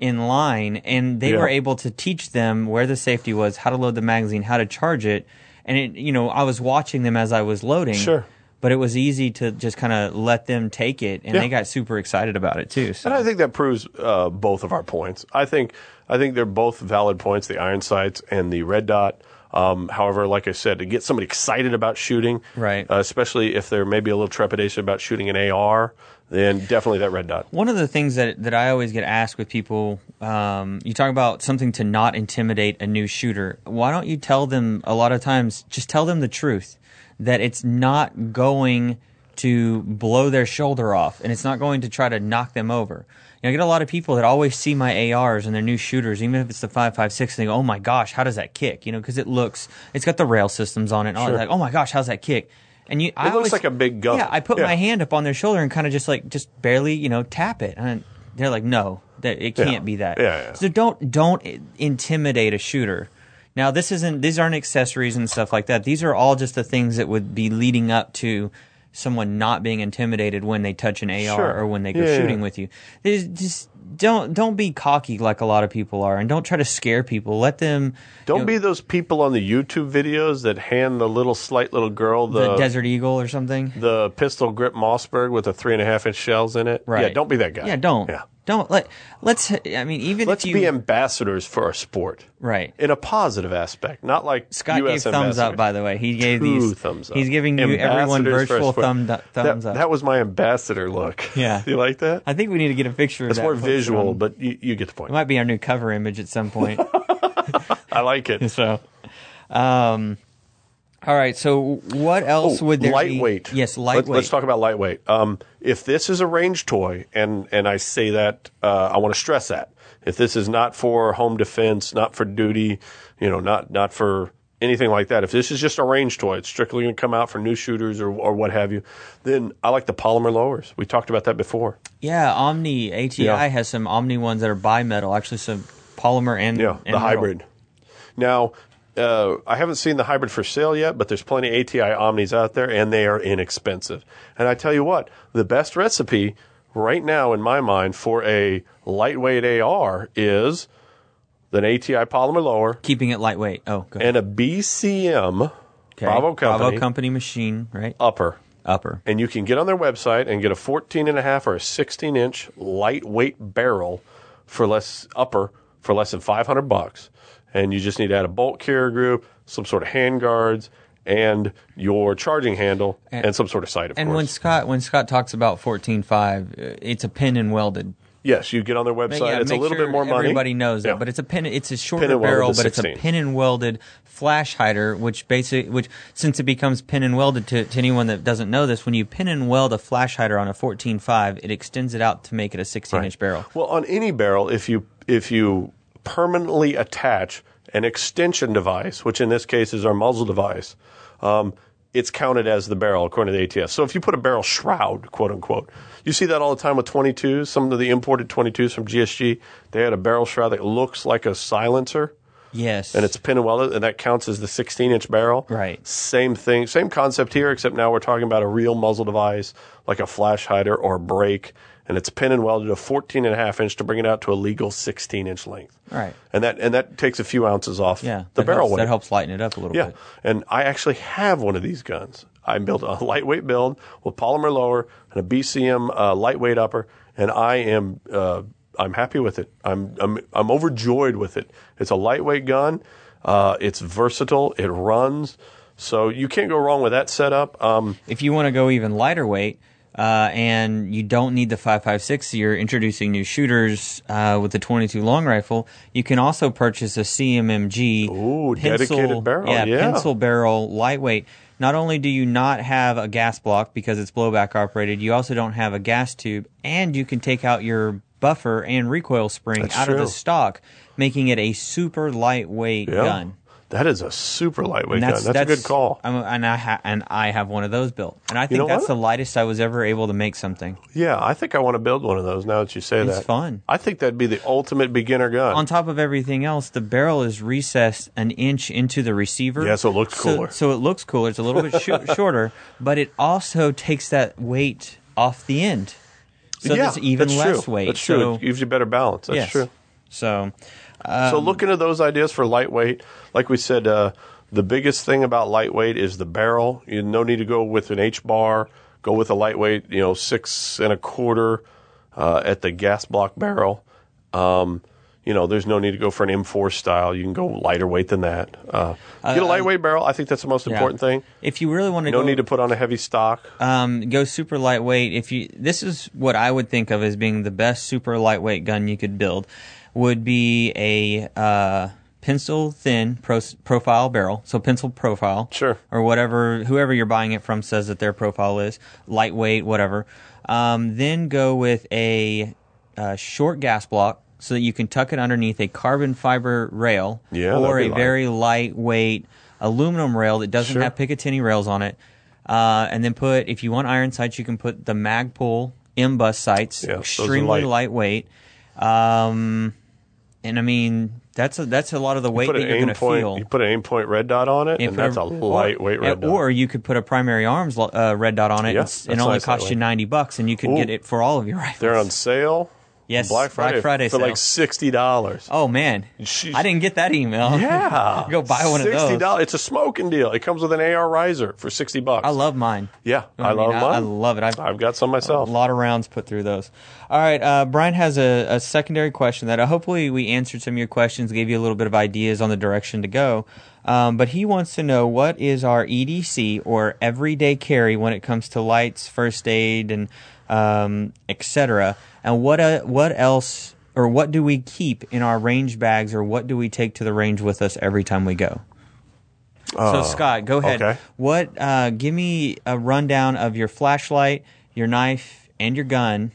[SPEAKER 2] in line and they
[SPEAKER 1] Yeah.
[SPEAKER 2] were able to teach them where the safety was, how to load the magazine, how to charge it. And it, you know, I was watching them as I was loading.
[SPEAKER 1] Sure.
[SPEAKER 2] But it was easy to just kind of let them take it and
[SPEAKER 1] Yeah.
[SPEAKER 2] they got super excited about it too. So
[SPEAKER 1] And I think that proves uh, both of our points. I think I think they're both valid points: the iron sights and the red dot. Um, however, like I said, to get somebody excited about shooting,
[SPEAKER 2] Right.
[SPEAKER 1] uh, especially if they're maybe a little trepidation about shooting an AR, then definitely that red dot.
[SPEAKER 2] One of the things that that I always get asked with people, um, you talk about something to not intimidate a new shooter. Why don't you tell them a lot of times? Just tell them the truth that it's not going to blow their shoulder off, and it's not going to try to knock them over. You know, I get a lot of people that always see my ARs and their new shooters, even if it's the five five six, and they go, "Oh my gosh, how does that kick?" You know, because it looks, it's got the rail systems on it. And all that. like, "Oh my gosh, how's that kick?" And you, I
[SPEAKER 1] looks
[SPEAKER 2] always-
[SPEAKER 1] like a big gun.
[SPEAKER 2] Yeah, I put
[SPEAKER 1] Yeah.
[SPEAKER 2] my hand hand up on their shoulder and kind of just like just barely you know tap it and they're like no that it can't
[SPEAKER 1] Yeah.
[SPEAKER 2] be that
[SPEAKER 1] Yeah, yeah.
[SPEAKER 2] so don't don't i- intimidate a shooter now this isn't these aren't accessories and stuff like that these are all just the things that would be leading up to someone not being intimidated when they touch an AR
[SPEAKER 1] Sure.
[SPEAKER 2] or when they go
[SPEAKER 1] Yeah, yeah.
[SPEAKER 2] shooting with you There's just don't don't be cocky like a lot of people are and don't try to scare people let them
[SPEAKER 1] Don't be those people on the YouTube videos that hand the little slight little girl
[SPEAKER 2] the
[SPEAKER 1] the
[SPEAKER 2] desert eagle or something
[SPEAKER 1] the pistol grip Mossberg with the three and a half inch shells in it.
[SPEAKER 2] right
[SPEAKER 1] Yeah, don't be that guy.
[SPEAKER 2] yeah don't
[SPEAKER 1] Yeah.
[SPEAKER 2] don't let let's i mean even
[SPEAKER 1] Let's
[SPEAKER 2] if you
[SPEAKER 1] be ambassadors for our sport.
[SPEAKER 2] right
[SPEAKER 1] In a positive aspect, not like
[SPEAKER 2] Scott
[SPEAKER 1] US
[SPEAKER 2] gave thumbs up,
[SPEAKER 1] ambassadors.
[SPEAKER 2] by the way. He gave
[SPEAKER 1] two
[SPEAKER 2] these
[SPEAKER 1] thumbs up.
[SPEAKER 2] He's giving you everyone
[SPEAKER 1] Ambassadors
[SPEAKER 2] virtual
[SPEAKER 1] first foot.
[SPEAKER 2] thumb du- thumbs
[SPEAKER 1] that,
[SPEAKER 2] up.
[SPEAKER 1] That was my ambassador look.
[SPEAKER 2] Yeah.
[SPEAKER 1] you like that?
[SPEAKER 2] I think we need to get a picture of
[SPEAKER 1] It's
[SPEAKER 2] that.
[SPEAKER 1] more
[SPEAKER 2] posted
[SPEAKER 1] visual,
[SPEAKER 2] on-
[SPEAKER 1] but you, you get the
[SPEAKER 2] It
[SPEAKER 1] point.
[SPEAKER 2] might be our new cover image at some point.
[SPEAKER 1] I like it.
[SPEAKER 2] so, um, all right. So, what else would there
[SPEAKER 1] Oh, lightweight.
[SPEAKER 2] be? Yes,
[SPEAKER 1] Let-
[SPEAKER 2] lightweight.
[SPEAKER 1] Let's, talk about lightweight. Um, if this is a range toy, and and I say that, uh, I want to stress that if this is not for home defense, not for duty, you know, not not for anything like that. If this is just a range toy, it's strictly going to come out for new shooters or or what have you. Then I like the polymer lowers. We talked about that before.
[SPEAKER 2] Yeah, Omni ATI
[SPEAKER 1] Yeah.
[SPEAKER 2] has some Omni ones that are bimetal, actually some polymer and
[SPEAKER 1] Yeah,
[SPEAKER 2] and
[SPEAKER 1] the
[SPEAKER 2] metal.
[SPEAKER 1] hybrid. Now, uh, I haven't seen the hybrid for sale yet, but there's plenty of ATI Omnis out there, and they are inexpensive. And I tell you what, the best recipe right now, in my mind, for a lightweight AR is an ATI polymer lower
[SPEAKER 2] Keeping it lightweight. Oh, go ahead.
[SPEAKER 1] and a BCM
[SPEAKER 2] Okay.
[SPEAKER 1] Bravo Company
[SPEAKER 2] machine, right?
[SPEAKER 1] upper.
[SPEAKER 2] Upper.
[SPEAKER 1] And you can get on their website and get a 14 and a half or a 16 inch lightweight barrel for less upper for less than 500 bucks. And you just need to add a bolt carrier group, some sort of hand guards, and your charging handle and,
[SPEAKER 2] And-
[SPEAKER 1] some sort of sight, of
[SPEAKER 2] And
[SPEAKER 1] course.
[SPEAKER 2] when Scott when Scott talks about fourteen five, uh, it's a pin and welded.
[SPEAKER 1] yes, you get on their
[SPEAKER 2] But
[SPEAKER 1] website.
[SPEAKER 2] yeah,
[SPEAKER 1] it's a
[SPEAKER 2] make
[SPEAKER 1] little
[SPEAKER 2] sure
[SPEAKER 1] bit more money.
[SPEAKER 2] Everybody knows
[SPEAKER 1] Yeah.
[SPEAKER 2] that, but it's a pin. It's a
[SPEAKER 1] Pin
[SPEAKER 2] shorter
[SPEAKER 1] and welded
[SPEAKER 2] barrel,
[SPEAKER 1] to
[SPEAKER 2] but it's a
[SPEAKER 1] 16.
[SPEAKER 2] pin and welded flash hider, which basically, which since it becomes pin and welded to, to anyone that doesn't know this, when you pin and weld a flash hider on a fourteen five, it extends it out to make it a sixteen inch barrel.
[SPEAKER 1] Well, on any barrel, if you if you permanently attach an extension device, which in this case is our muzzle device, um, it's counted as the barrel according to the ATF. So if you put a barrel shroud, quote unquote, you see that all the time with 22s. Some of the imported 22s from GSG, they had a barrel shroud that looks like a silencer.
[SPEAKER 2] Yes,
[SPEAKER 1] And it's pin and welded, and that counts as the 16 inch barrel.
[SPEAKER 2] Right.
[SPEAKER 1] Same thing, same concept here, except now we're talking about a real muzzle device like a flash hider or a brake, and it's pin and welded to 14 and a half inch to bring it out to a legal 16 inch length.
[SPEAKER 2] Right.
[SPEAKER 1] And that and that takes a few ounces off
[SPEAKER 2] yeah.
[SPEAKER 1] the
[SPEAKER 2] that
[SPEAKER 1] barrel
[SPEAKER 2] helps,
[SPEAKER 1] weight.
[SPEAKER 2] that helps lighten it up a little
[SPEAKER 1] Yeah,
[SPEAKER 2] bit.
[SPEAKER 1] and I actually have one of these guns. I built a lightweight build with polymer lower and a BCM uh, lightweight upper, and I am uh, I'm happy with it. I'm I'm I'm overjoyed with it. It's a lightweight gun. Uh, it's versatile. It runs, so you can't go wrong with that setup. Um,
[SPEAKER 2] If you want to go even lighter weight. Uh, and you don't need the 5.56. You're introducing new shooters uh, with the 22 long rifle. You can also purchase a CMMG
[SPEAKER 1] Ooh, dedicated barrel, yeah.
[SPEAKER 2] pencil barrel, lightweight. Not only do you not have a gas block because it's blowback operated, you also don't have a gas tube, and you can take out your buffer and recoil spring
[SPEAKER 1] That's
[SPEAKER 2] out of the
[SPEAKER 1] true.
[SPEAKER 2] stock, making it a super lightweight
[SPEAKER 1] yeah,
[SPEAKER 2] gun.
[SPEAKER 1] that is a super lightweight gun. uh, That's, a good call.
[SPEAKER 2] I'm, and I ha- and I have one of those built, and I think
[SPEAKER 1] know
[SPEAKER 2] that's
[SPEAKER 1] what?
[SPEAKER 2] the lightest I was ever able to make something.
[SPEAKER 1] Yeah, I think I want to build one of those. Now that you say
[SPEAKER 2] It's
[SPEAKER 1] that,
[SPEAKER 2] fun.
[SPEAKER 1] I think that'd be the ultimate beginner gun.
[SPEAKER 2] On top of everything else, the barrel is recessed an inch into the receiver.
[SPEAKER 1] Yeah, so it looks cooler.
[SPEAKER 2] So, it looks cooler. It's a little bit sh- shorter, but it also takes that weight off the end. So
[SPEAKER 1] yeah,
[SPEAKER 2] there's even
[SPEAKER 1] that's
[SPEAKER 2] less
[SPEAKER 1] true.
[SPEAKER 2] weight.
[SPEAKER 1] That's
[SPEAKER 2] so,
[SPEAKER 1] true. It gives you better balance. That's
[SPEAKER 2] yes.
[SPEAKER 1] true.
[SPEAKER 2] So Um,
[SPEAKER 1] so look into those ideas for lightweight. Like we said, uh, the biggest thing about lightweight is the barrel. You no need to go with an H bar. Go with a lightweight, you know, six and a quarter uh, at the gas block barrel. Um, you know, there's no need to go for an M4 style. You can go lighter weight than that. Uh, get a lightweight barrel. I think that's the most
[SPEAKER 2] yeah.
[SPEAKER 1] important thing.
[SPEAKER 2] If you really want to
[SPEAKER 1] No
[SPEAKER 2] go,
[SPEAKER 1] need to put on a heavy stock.
[SPEAKER 2] um, go super lightweight. If you, this is what I would think of as being the best super lightweight gun you could build, would be a uh, pencil thin pro- profile barrel. So pencil profile,
[SPEAKER 1] Sure.
[SPEAKER 2] or whatever whoever you're buying it from says that their profile is lightweight, whatever. Um, then go with a uh, short gas block so that you can tuck it underneath a carbon fiber rail
[SPEAKER 1] Yeah, that'd
[SPEAKER 2] or
[SPEAKER 1] be
[SPEAKER 2] a
[SPEAKER 1] light.
[SPEAKER 2] very lightweight aluminum rail that doesn't
[SPEAKER 1] Sure.
[SPEAKER 2] have Picatinny rails on it. Uh, and then put, if you want iron sights, you can put the Magpul M bus sights,
[SPEAKER 1] Yeah, those are
[SPEAKER 2] extremely
[SPEAKER 1] light.
[SPEAKER 2] lightweight. Um, and I mean, that's a, that's a lot of the weight
[SPEAKER 1] Put
[SPEAKER 2] that
[SPEAKER 1] an
[SPEAKER 2] you're going
[SPEAKER 1] aim
[SPEAKER 2] to
[SPEAKER 1] point.
[SPEAKER 2] feel.
[SPEAKER 1] You put an aim point red dot on it,
[SPEAKER 2] Yeah,
[SPEAKER 1] and
[SPEAKER 2] put
[SPEAKER 1] that's a, lightweight
[SPEAKER 2] or,
[SPEAKER 1] red dot.
[SPEAKER 2] Or you could put a primary arms lo- uh, red dot on it,
[SPEAKER 1] Yeah,
[SPEAKER 2] and, s- and
[SPEAKER 1] that's
[SPEAKER 2] only
[SPEAKER 1] nice that
[SPEAKER 2] cost you
[SPEAKER 1] way.
[SPEAKER 2] ninety bucks, and you could get
[SPEAKER 1] Ooh.
[SPEAKER 2] it for all of your rifles.
[SPEAKER 1] They're on sale.
[SPEAKER 2] Yes,
[SPEAKER 1] Black Friday,
[SPEAKER 2] Black Friday
[SPEAKER 1] for
[SPEAKER 2] sale.
[SPEAKER 1] like sixty dollars.
[SPEAKER 2] oh man,
[SPEAKER 1] Sheesh.
[SPEAKER 2] I didn't get that email.
[SPEAKER 1] Yeah,
[SPEAKER 2] go buy one of those.
[SPEAKER 1] Sixty dollars. It's a smoking deal. It comes with an AR riser for sixty bucks.
[SPEAKER 2] I love mine.
[SPEAKER 1] Yeah,
[SPEAKER 2] You know
[SPEAKER 1] I,
[SPEAKER 2] what
[SPEAKER 1] love
[SPEAKER 2] mean?
[SPEAKER 1] mine.
[SPEAKER 2] I, love it. I've,
[SPEAKER 1] I've got some
[SPEAKER 2] a
[SPEAKER 1] myself.
[SPEAKER 2] lot of rounds put through those. All right, uh, Brian has a, a secondary question that uh, hopefully we answered some of your questions, gave you a little bit of ideas on the direction to go. Um, but he wants to know what is our EDC or everyday carry when it comes to lights, first aid, and um, etc. And what uh, what else or what do we keep in our range bags, or what do we take to the range with us every time we go? so Scott, go ahead.
[SPEAKER 1] Oh, okay.
[SPEAKER 2] What? Uh, give me a rundown of your flashlight, your knife, and your gun.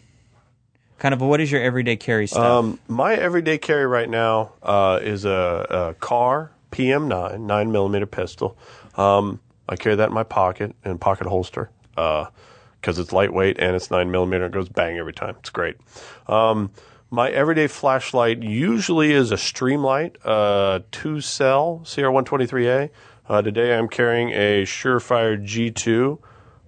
[SPEAKER 2] Kind of what is your everyday carry stuff?
[SPEAKER 1] Um, my everyday carry right now uh, is a, a car PM9 nine millimeter pistol. Um, I carry that in my pocket and pocket holster because it's lightweight and it's nine millimeter. It goes bang every time. It's great. Um, my everyday flashlight usually is a Streamlight uh, two cell CR123A. Uh, today I'm carrying a Surefire G2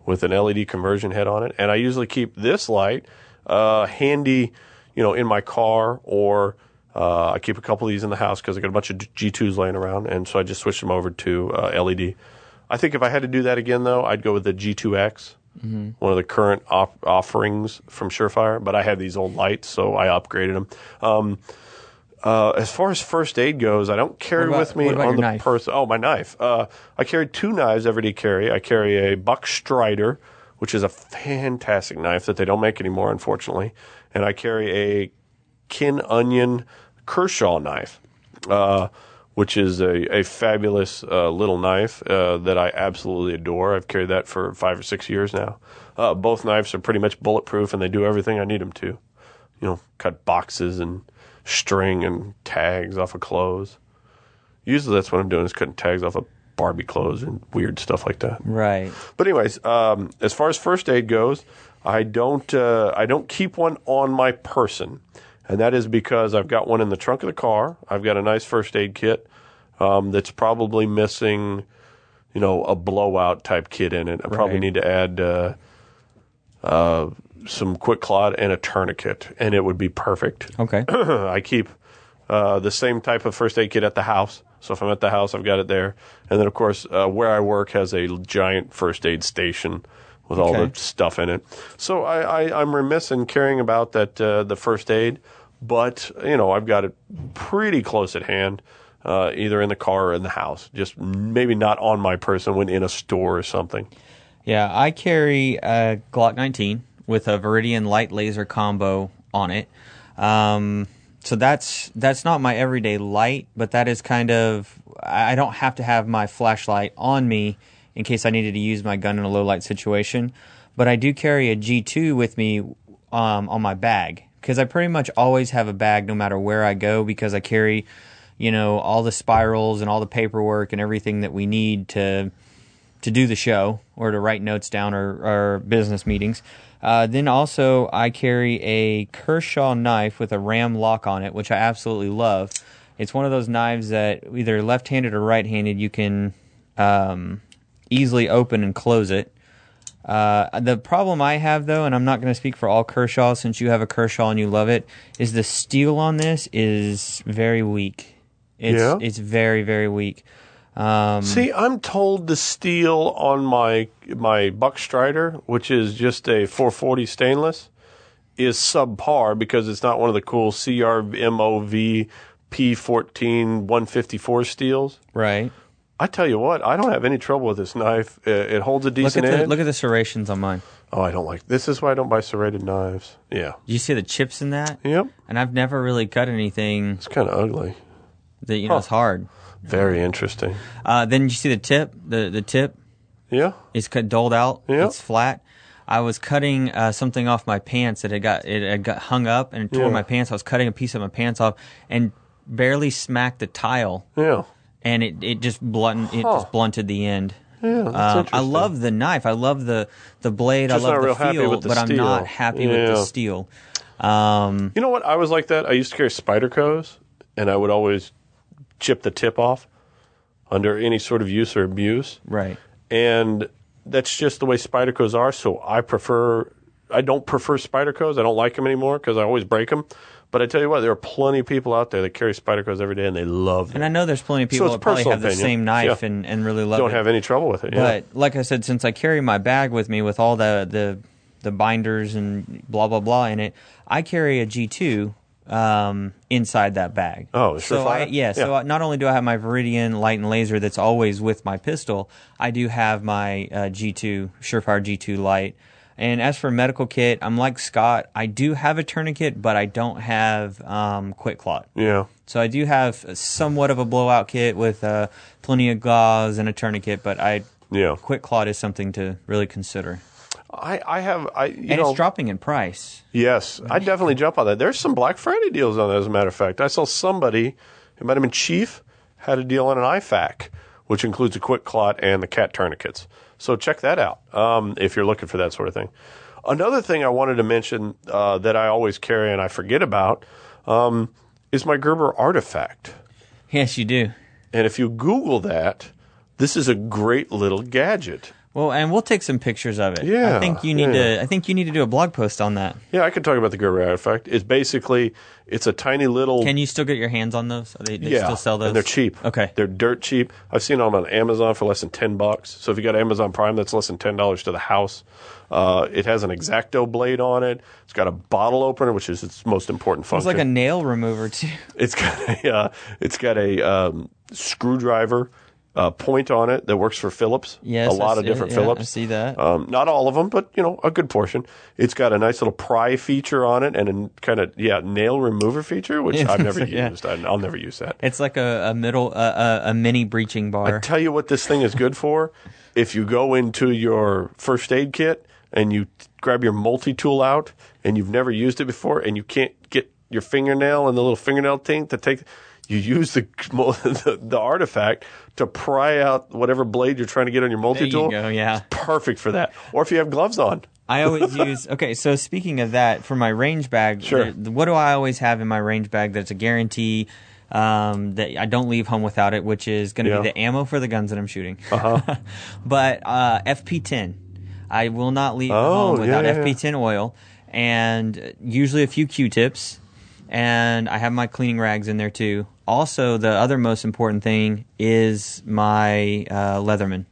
[SPEAKER 1] with an LED conversion head on it, and I usually keep this light uh, handy, you know, in my car or uh, I keep a couple of these in the house because I got a bunch of G2s laying around, and so I just switched them over to uh, LED. I think if I had to do that again, though, I'd go with the G2X, one of the current op- offerings from Surefire. But I have these old lights, so I upgraded them. Um, Uh, as far as first aid goes, I don't carry
[SPEAKER 2] What about-
[SPEAKER 1] with me
[SPEAKER 2] what about
[SPEAKER 1] on
[SPEAKER 2] your
[SPEAKER 1] the
[SPEAKER 2] knife?
[SPEAKER 1] person. Oh, my knife. Uh, I carry two knives everyday carry. I carry a Buck Strider, which is a fantastic knife that they don't make anymore, unfortunately, and I carry a Kin Onion Kershaw knife, uh, which is a, a fabulous uh, little knife uh, that I absolutely adore. I've carried that for five or six years now. Uh, both knives are pretty much bulletproof, and they do everything I need them to. You know, cut boxes and string and tags off of clothes. Usually, that's what I'm doing is cutting tags off of Barbie clothes and weird stuff like that.
[SPEAKER 2] Right.
[SPEAKER 1] But anyways, um, as far as first aid goes, I don't uh, I don't keep one on my person, and that is because I've got one in the trunk of the car. I've got a nice first aid kit um, that's probably missing, you know, a blowout type kit in it. I probably
[SPEAKER 2] Right.
[SPEAKER 1] need to add. Uh, uh, some quick clot and a tourniquet, and it would be perfect.
[SPEAKER 2] Okay.
[SPEAKER 1] I keep uh, the same type of first aid kit at the house. So if I'm at the house, I've got it there. And then, of course, uh, where I work has a giant first aid station with all
[SPEAKER 2] Okay.
[SPEAKER 1] the stuff in it. So I, I, I'm remiss in caring about that uh, the first aid, but you know I've got it pretty close at hand, uh, either in the car or in the house. Just maybe not on my person when in a store or something.
[SPEAKER 2] Yeah, I carry a Glock 19 with a Viridian light laser combo on it. Um, so that's that's not my everyday light, but that is kind of I I don't have to have my flashlight on me in case I needed to use my gun in a low light situation. But I do carry a G2 with me um, on my bag because I pretty much always have a bag no matter where I go because I carry, you know, all the spirals and all the paperwork and everything that we need to to do the show or to write notes down or, or business meetings. Uh, then also, I carry a Kershaw knife with a ram lock on it, which I absolutely love. It's one of those knives that either left-handed or right-handed, you can um, easily open and close it. Uh, the problem I have though, and I'm not going to speak for all Kershaw since you have a Kershaw and you love it, is the steel on this is very weak. It's
[SPEAKER 1] Yeah?
[SPEAKER 2] it's very very weak. Um,
[SPEAKER 1] See, I'm told to steel on my my Buck Strider, which is just a 440 stainless, is subpar because it's not one of the cool CRMOV P14 154 steels.
[SPEAKER 2] right.
[SPEAKER 1] I tell you what, I don't have any trouble with this knife. It, it holds a
[SPEAKER 2] Look at
[SPEAKER 1] decent
[SPEAKER 2] the
[SPEAKER 1] end.
[SPEAKER 2] look at the serrations on mine.
[SPEAKER 1] oh, I don't like this. Is why I don't buy serrated knives. Yeah,
[SPEAKER 2] Do you see the chips in that?
[SPEAKER 1] yep,
[SPEAKER 2] And I've never really cut anything
[SPEAKER 1] it's kind of ugly.
[SPEAKER 2] that you know is hard.
[SPEAKER 1] Very interesting.
[SPEAKER 2] Uh, then you see the tip. The the tip
[SPEAKER 1] Yeah,
[SPEAKER 2] is cut doled out.
[SPEAKER 1] Yeah.
[SPEAKER 2] It's flat. I was cutting uh, something off my pants that had got it had got hung up and it tore
[SPEAKER 1] Yeah.
[SPEAKER 2] my pants. I was cutting a piece of my pants off and barely smacked the tile,
[SPEAKER 1] yeah,
[SPEAKER 2] and it it just blunt it
[SPEAKER 1] Huh.
[SPEAKER 2] just blunted the end.
[SPEAKER 1] yeah. That's
[SPEAKER 2] Um, I
[SPEAKER 1] interesting.
[SPEAKER 2] love the knife. I love the the blade.
[SPEAKER 1] Just
[SPEAKER 2] I love
[SPEAKER 1] not
[SPEAKER 2] the
[SPEAKER 1] real
[SPEAKER 2] feel,
[SPEAKER 1] happy with the
[SPEAKER 2] but I'm not
[SPEAKER 1] steel.
[SPEAKER 2] happy with the
[SPEAKER 1] Yeah.
[SPEAKER 2] steel. Um,
[SPEAKER 1] You know what? I was like that. I used to carry Spyderco's, and I would always chip the tip off under any sort of use or abuse.
[SPEAKER 2] right.
[SPEAKER 1] And that's just the way Spyderco's are. So I prefer. I don't prefer Spyderco's. I don't like them anymore because I always break them. But I tell you what, there are plenty of people out there that carry Spyderco's every day, and they love them.
[SPEAKER 2] And I know there's plenty of people
[SPEAKER 1] it's
[SPEAKER 2] that probably
[SPEAKER 1] personal
[SPEAKER 2] have the
[SPEAKER 1] opinion.
[SPEAKER 2] same knife
[SPEAKER 1] Yeah.
[SPEAKER 2] and, and really love
[SPEAKER 1] Don't
[SPEAKER 2] it.
[SPEAKER 1] have any trouble with it. Yeah.
[SPEAKER 2] but like I said, since I carry my bag with me with all the, the the binders and blah blah blah in it, I carry a G two um, inside that bag.
[SPEAKER 1] Oh, it's
[SPEAKER 2] so I,
[SPEAKER 1] Surefire?
[SPEAKER 2] yeah, So
[SPEAKER 1] Yeah.
[SPEAKER 2] I, not only do I have my Viridian light and laser that's always with my pistol, I do have my uh, G two Surefire G two light. And as for medical kit, I'm like Scott. I do have a tourniquet, but I don't have um, quick clot.
[SPEAKER 1] yeah.
[SPEAKER 2] So I do have somewhat of a blowout kit with uh, plenty of gauze and a tourniquet, but I
[SPEAKER 1] Yeah.
[SPEAKER 2] quick clot is something to really consider,
[SPEAKER 1] I, I have. I, you
[SPEAKER 2] and
[SPEAKER 1] know,
[SPEAKER 2] it's dropping in price.
[SPEAKER 1] Yes, I definitely jump on that. There's some Black Friday deals on that, as a matter of fact. I saw somebody, it might have been Chief, had a deal on an IFAC, which includes a quick clot and the cat tourniquets. So check that out um, if you're looking for that sort of thing. Another thing I wanted to mention uh, that I always carry and I forget about um, is my Gerber artifact.
[SPEAKER 2] Yes, you do.
[SPEAKER 1] And if you Google that, this is a great little gadget.
[SPEAKER 2] Well, and we'll take some pictures of it.
[SPEAKER 1] Yeah,
[SPEAKER 2] I think you need
[SPEAKER 1] yeah.
[SPEAKER 2] to. I think you need to do a blog post on that.
[SPEAKER 1] Yeah, I could talk about the Gerber effect. It's basically it's a tiny little
[SPEAKER 2] Can you still get your hands on those? Are they, they
[SPEAKER 1] yeah,
[SPEAKER 2] still sell those?
[SPEAKER 1] and they're cheap.
[SPEAKER 2] Okay.
[SPEAKER 1] they're dirt cheap. I've seen them on Amazon for less than ten bucks. So if you got Amazon Prime, that's less than ten dollars to the house. Uh, it has an exacto blade on it. It's got a bottle opener, which is its most important
[SPEAKER 2] it's
[SPEAKER 1] function.
[SPEAKER 2] like a nail remover too.
[SPEAKER 1] It's got a uh, it's got a um, screwdriver uh, point on it that works for Phillips.
[SPEAKER 2] Yes,
[SPEAKER 1] a
[SPEAKER 2] I
[SPEAKER 1] lot of
[SPEAKER 2] see it.
[SPEAKER 1] different
[SPEAKER 2] Yeah,
[SPEAKER 1] Phillips.
[SPEAKER 2] I see that.
[SPEAKER 1] Um, not all of them, but you know a good portion. It's got a nice little pry feature on it and a kind of yeah nail remover feature, which
[SPEAKER 2] Yeah,
[SPEAKER 1] I've never
[SPEAKER 2] yeah.
[SPEAKER 1] used. I, I'll never use that.
[SPEAKER 2] It's like a, a middle uh, uh, a mini breaching bar.
[SPEAKER 1] Tell you what this thing is good for. If you go into your first aid kit and you grab your multi tool out and you've never used it before and you can't get your fingernail and the little fingernail thing to take, you use the the, the artifact to pry out whatever blade you're trying to get on your multi tool.
[SPEAKER 2] go, yeah.
[SPEAKER 1] It's perfect for that. Or if you have gloves on.
[SPEAKER 2] I always use. Okay, so speaking of that, for my range bag,
[SPEAKER 1] Sure.
[SPEAKER 2] th- what do I always have in my range bag that's a guarantee um, that I don't leave home without it, which is going to
[SPEAKER 1] Yeah. Uh-huh.
[SPEAKER 2] be the ammo for the guns that I'm shooting. but uh, FP10, I will not leave
[SPEAKER 1] Oh,
[SPEAKER 2] home without
[SPEAKER 1] yeah, yeah, yeah.
[SPEAKER 2] FP10 oil, and usually a few Q-tips, and I have my cleaning rags in there too. Also, the other most important thing is my uh, Leatherman.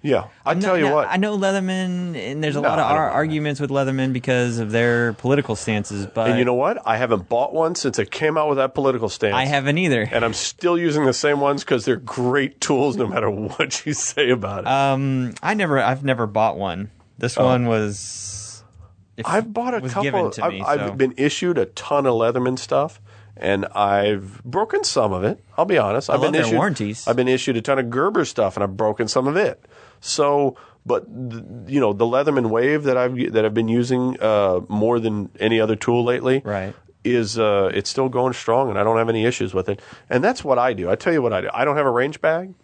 [SPEAKER 1] Yeah. I
[SPEAKER 2] Uh, No,
[SPEAKER 1] tell you
[SPEAKER 2] no,
[SPEAKER 1] what.
[SPEAKER 2] I know Leatherman, and there's a
[SPEAKER 1] No,
[SPEAKER 2] lot of
[SPEAKER 1] I don't
[SPEAKER 2] ar-
[SPEAKER 1] know.
[SPEAKER 2] arguments with Leatherman because of their political stances, but
[SPEAKER 1] and you know what? I haven't bought one since it came out with that political stance.
[SPEAKER 2] I haven't either.
[SPEAKER 1] and I'm still using the same ones because they're great tools no matter what you say about it.
[SPEAKER 2] Um, I never, I've never bought one. This one was. if-
[SPEAKER 1] Oh. I've bought a
[SPEAKER 2] was
[SPEAKER 1] couple.
[SPEAKER 2] Given to
[SPEAKER 1] I've,
[SPEAKER 2] me,
[SPEAKER 1] I've
[SPEAKER 2] so.
[SPEAKER 1] been issued a ton of Leatherman stuff, and I've broken some of it. I'll be honest. I've
[SPEAKER 2] love
[SPEAKER 1] been
[SPEAKER 2] their
[SPEAKER 1] issued
[SPEAKER 2] warranties.
[SPEAKER 1] I've been issued a ton of Gerber stuff, and I've broken some of it. So, but th- you know, the Leatherman Wave that I've that I've been using uh, more than any other tool lately,
[SPEAKER 2] Right.
[SPEAKER 1] Is uh, it's still going strong, and I don't have any issues with it. And that's what I do. I tell you what I do. I don't have a range bag,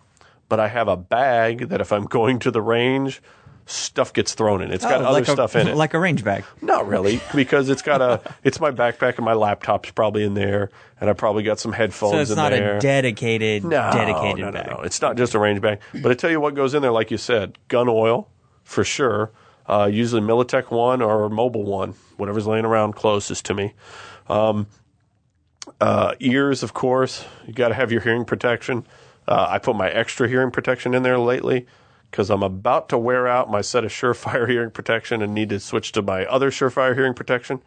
[SPEAKER 1] but I have a bag that if I'm going to the range, stuff gets thrown in. It's got
[SPEAKER 2] Oh,
[SPEAKER 1] other
[SPEAKER 2] like a-
[SPEAKER 1] stuff in it.
[SPEAKER 2] like a range bag.
[SPEAKER 1] Not really, because it's got a it's my backpack and my laptop's probably in there, and I probably got some headphones
[SPEAKER 2] So it's
[SPEAKER 1] in
[SPEAKER 2] not
[SPEAKER 1] there.
[SPEAKER 2] a dedicated,
[SPEAKER 1] no,
[SPEAKER 2] dedicated
[SPEAKER 1] no, no,
[SPEAKER 2] bag.
[SPEAKER 1] no. It's not just a range bag. But I tell you what goes in there, like you said, gun oil for sure. Uh, usually Militech one or mobile one, whatever's laying around closest to me. Um, uh, ears, of course, you got to have your hearing protection. Uh, I put my extra hearing protection in there lately because I'm about to wear out my set of Surefire hearing protection and need to switch to my other Surefire hearing protection,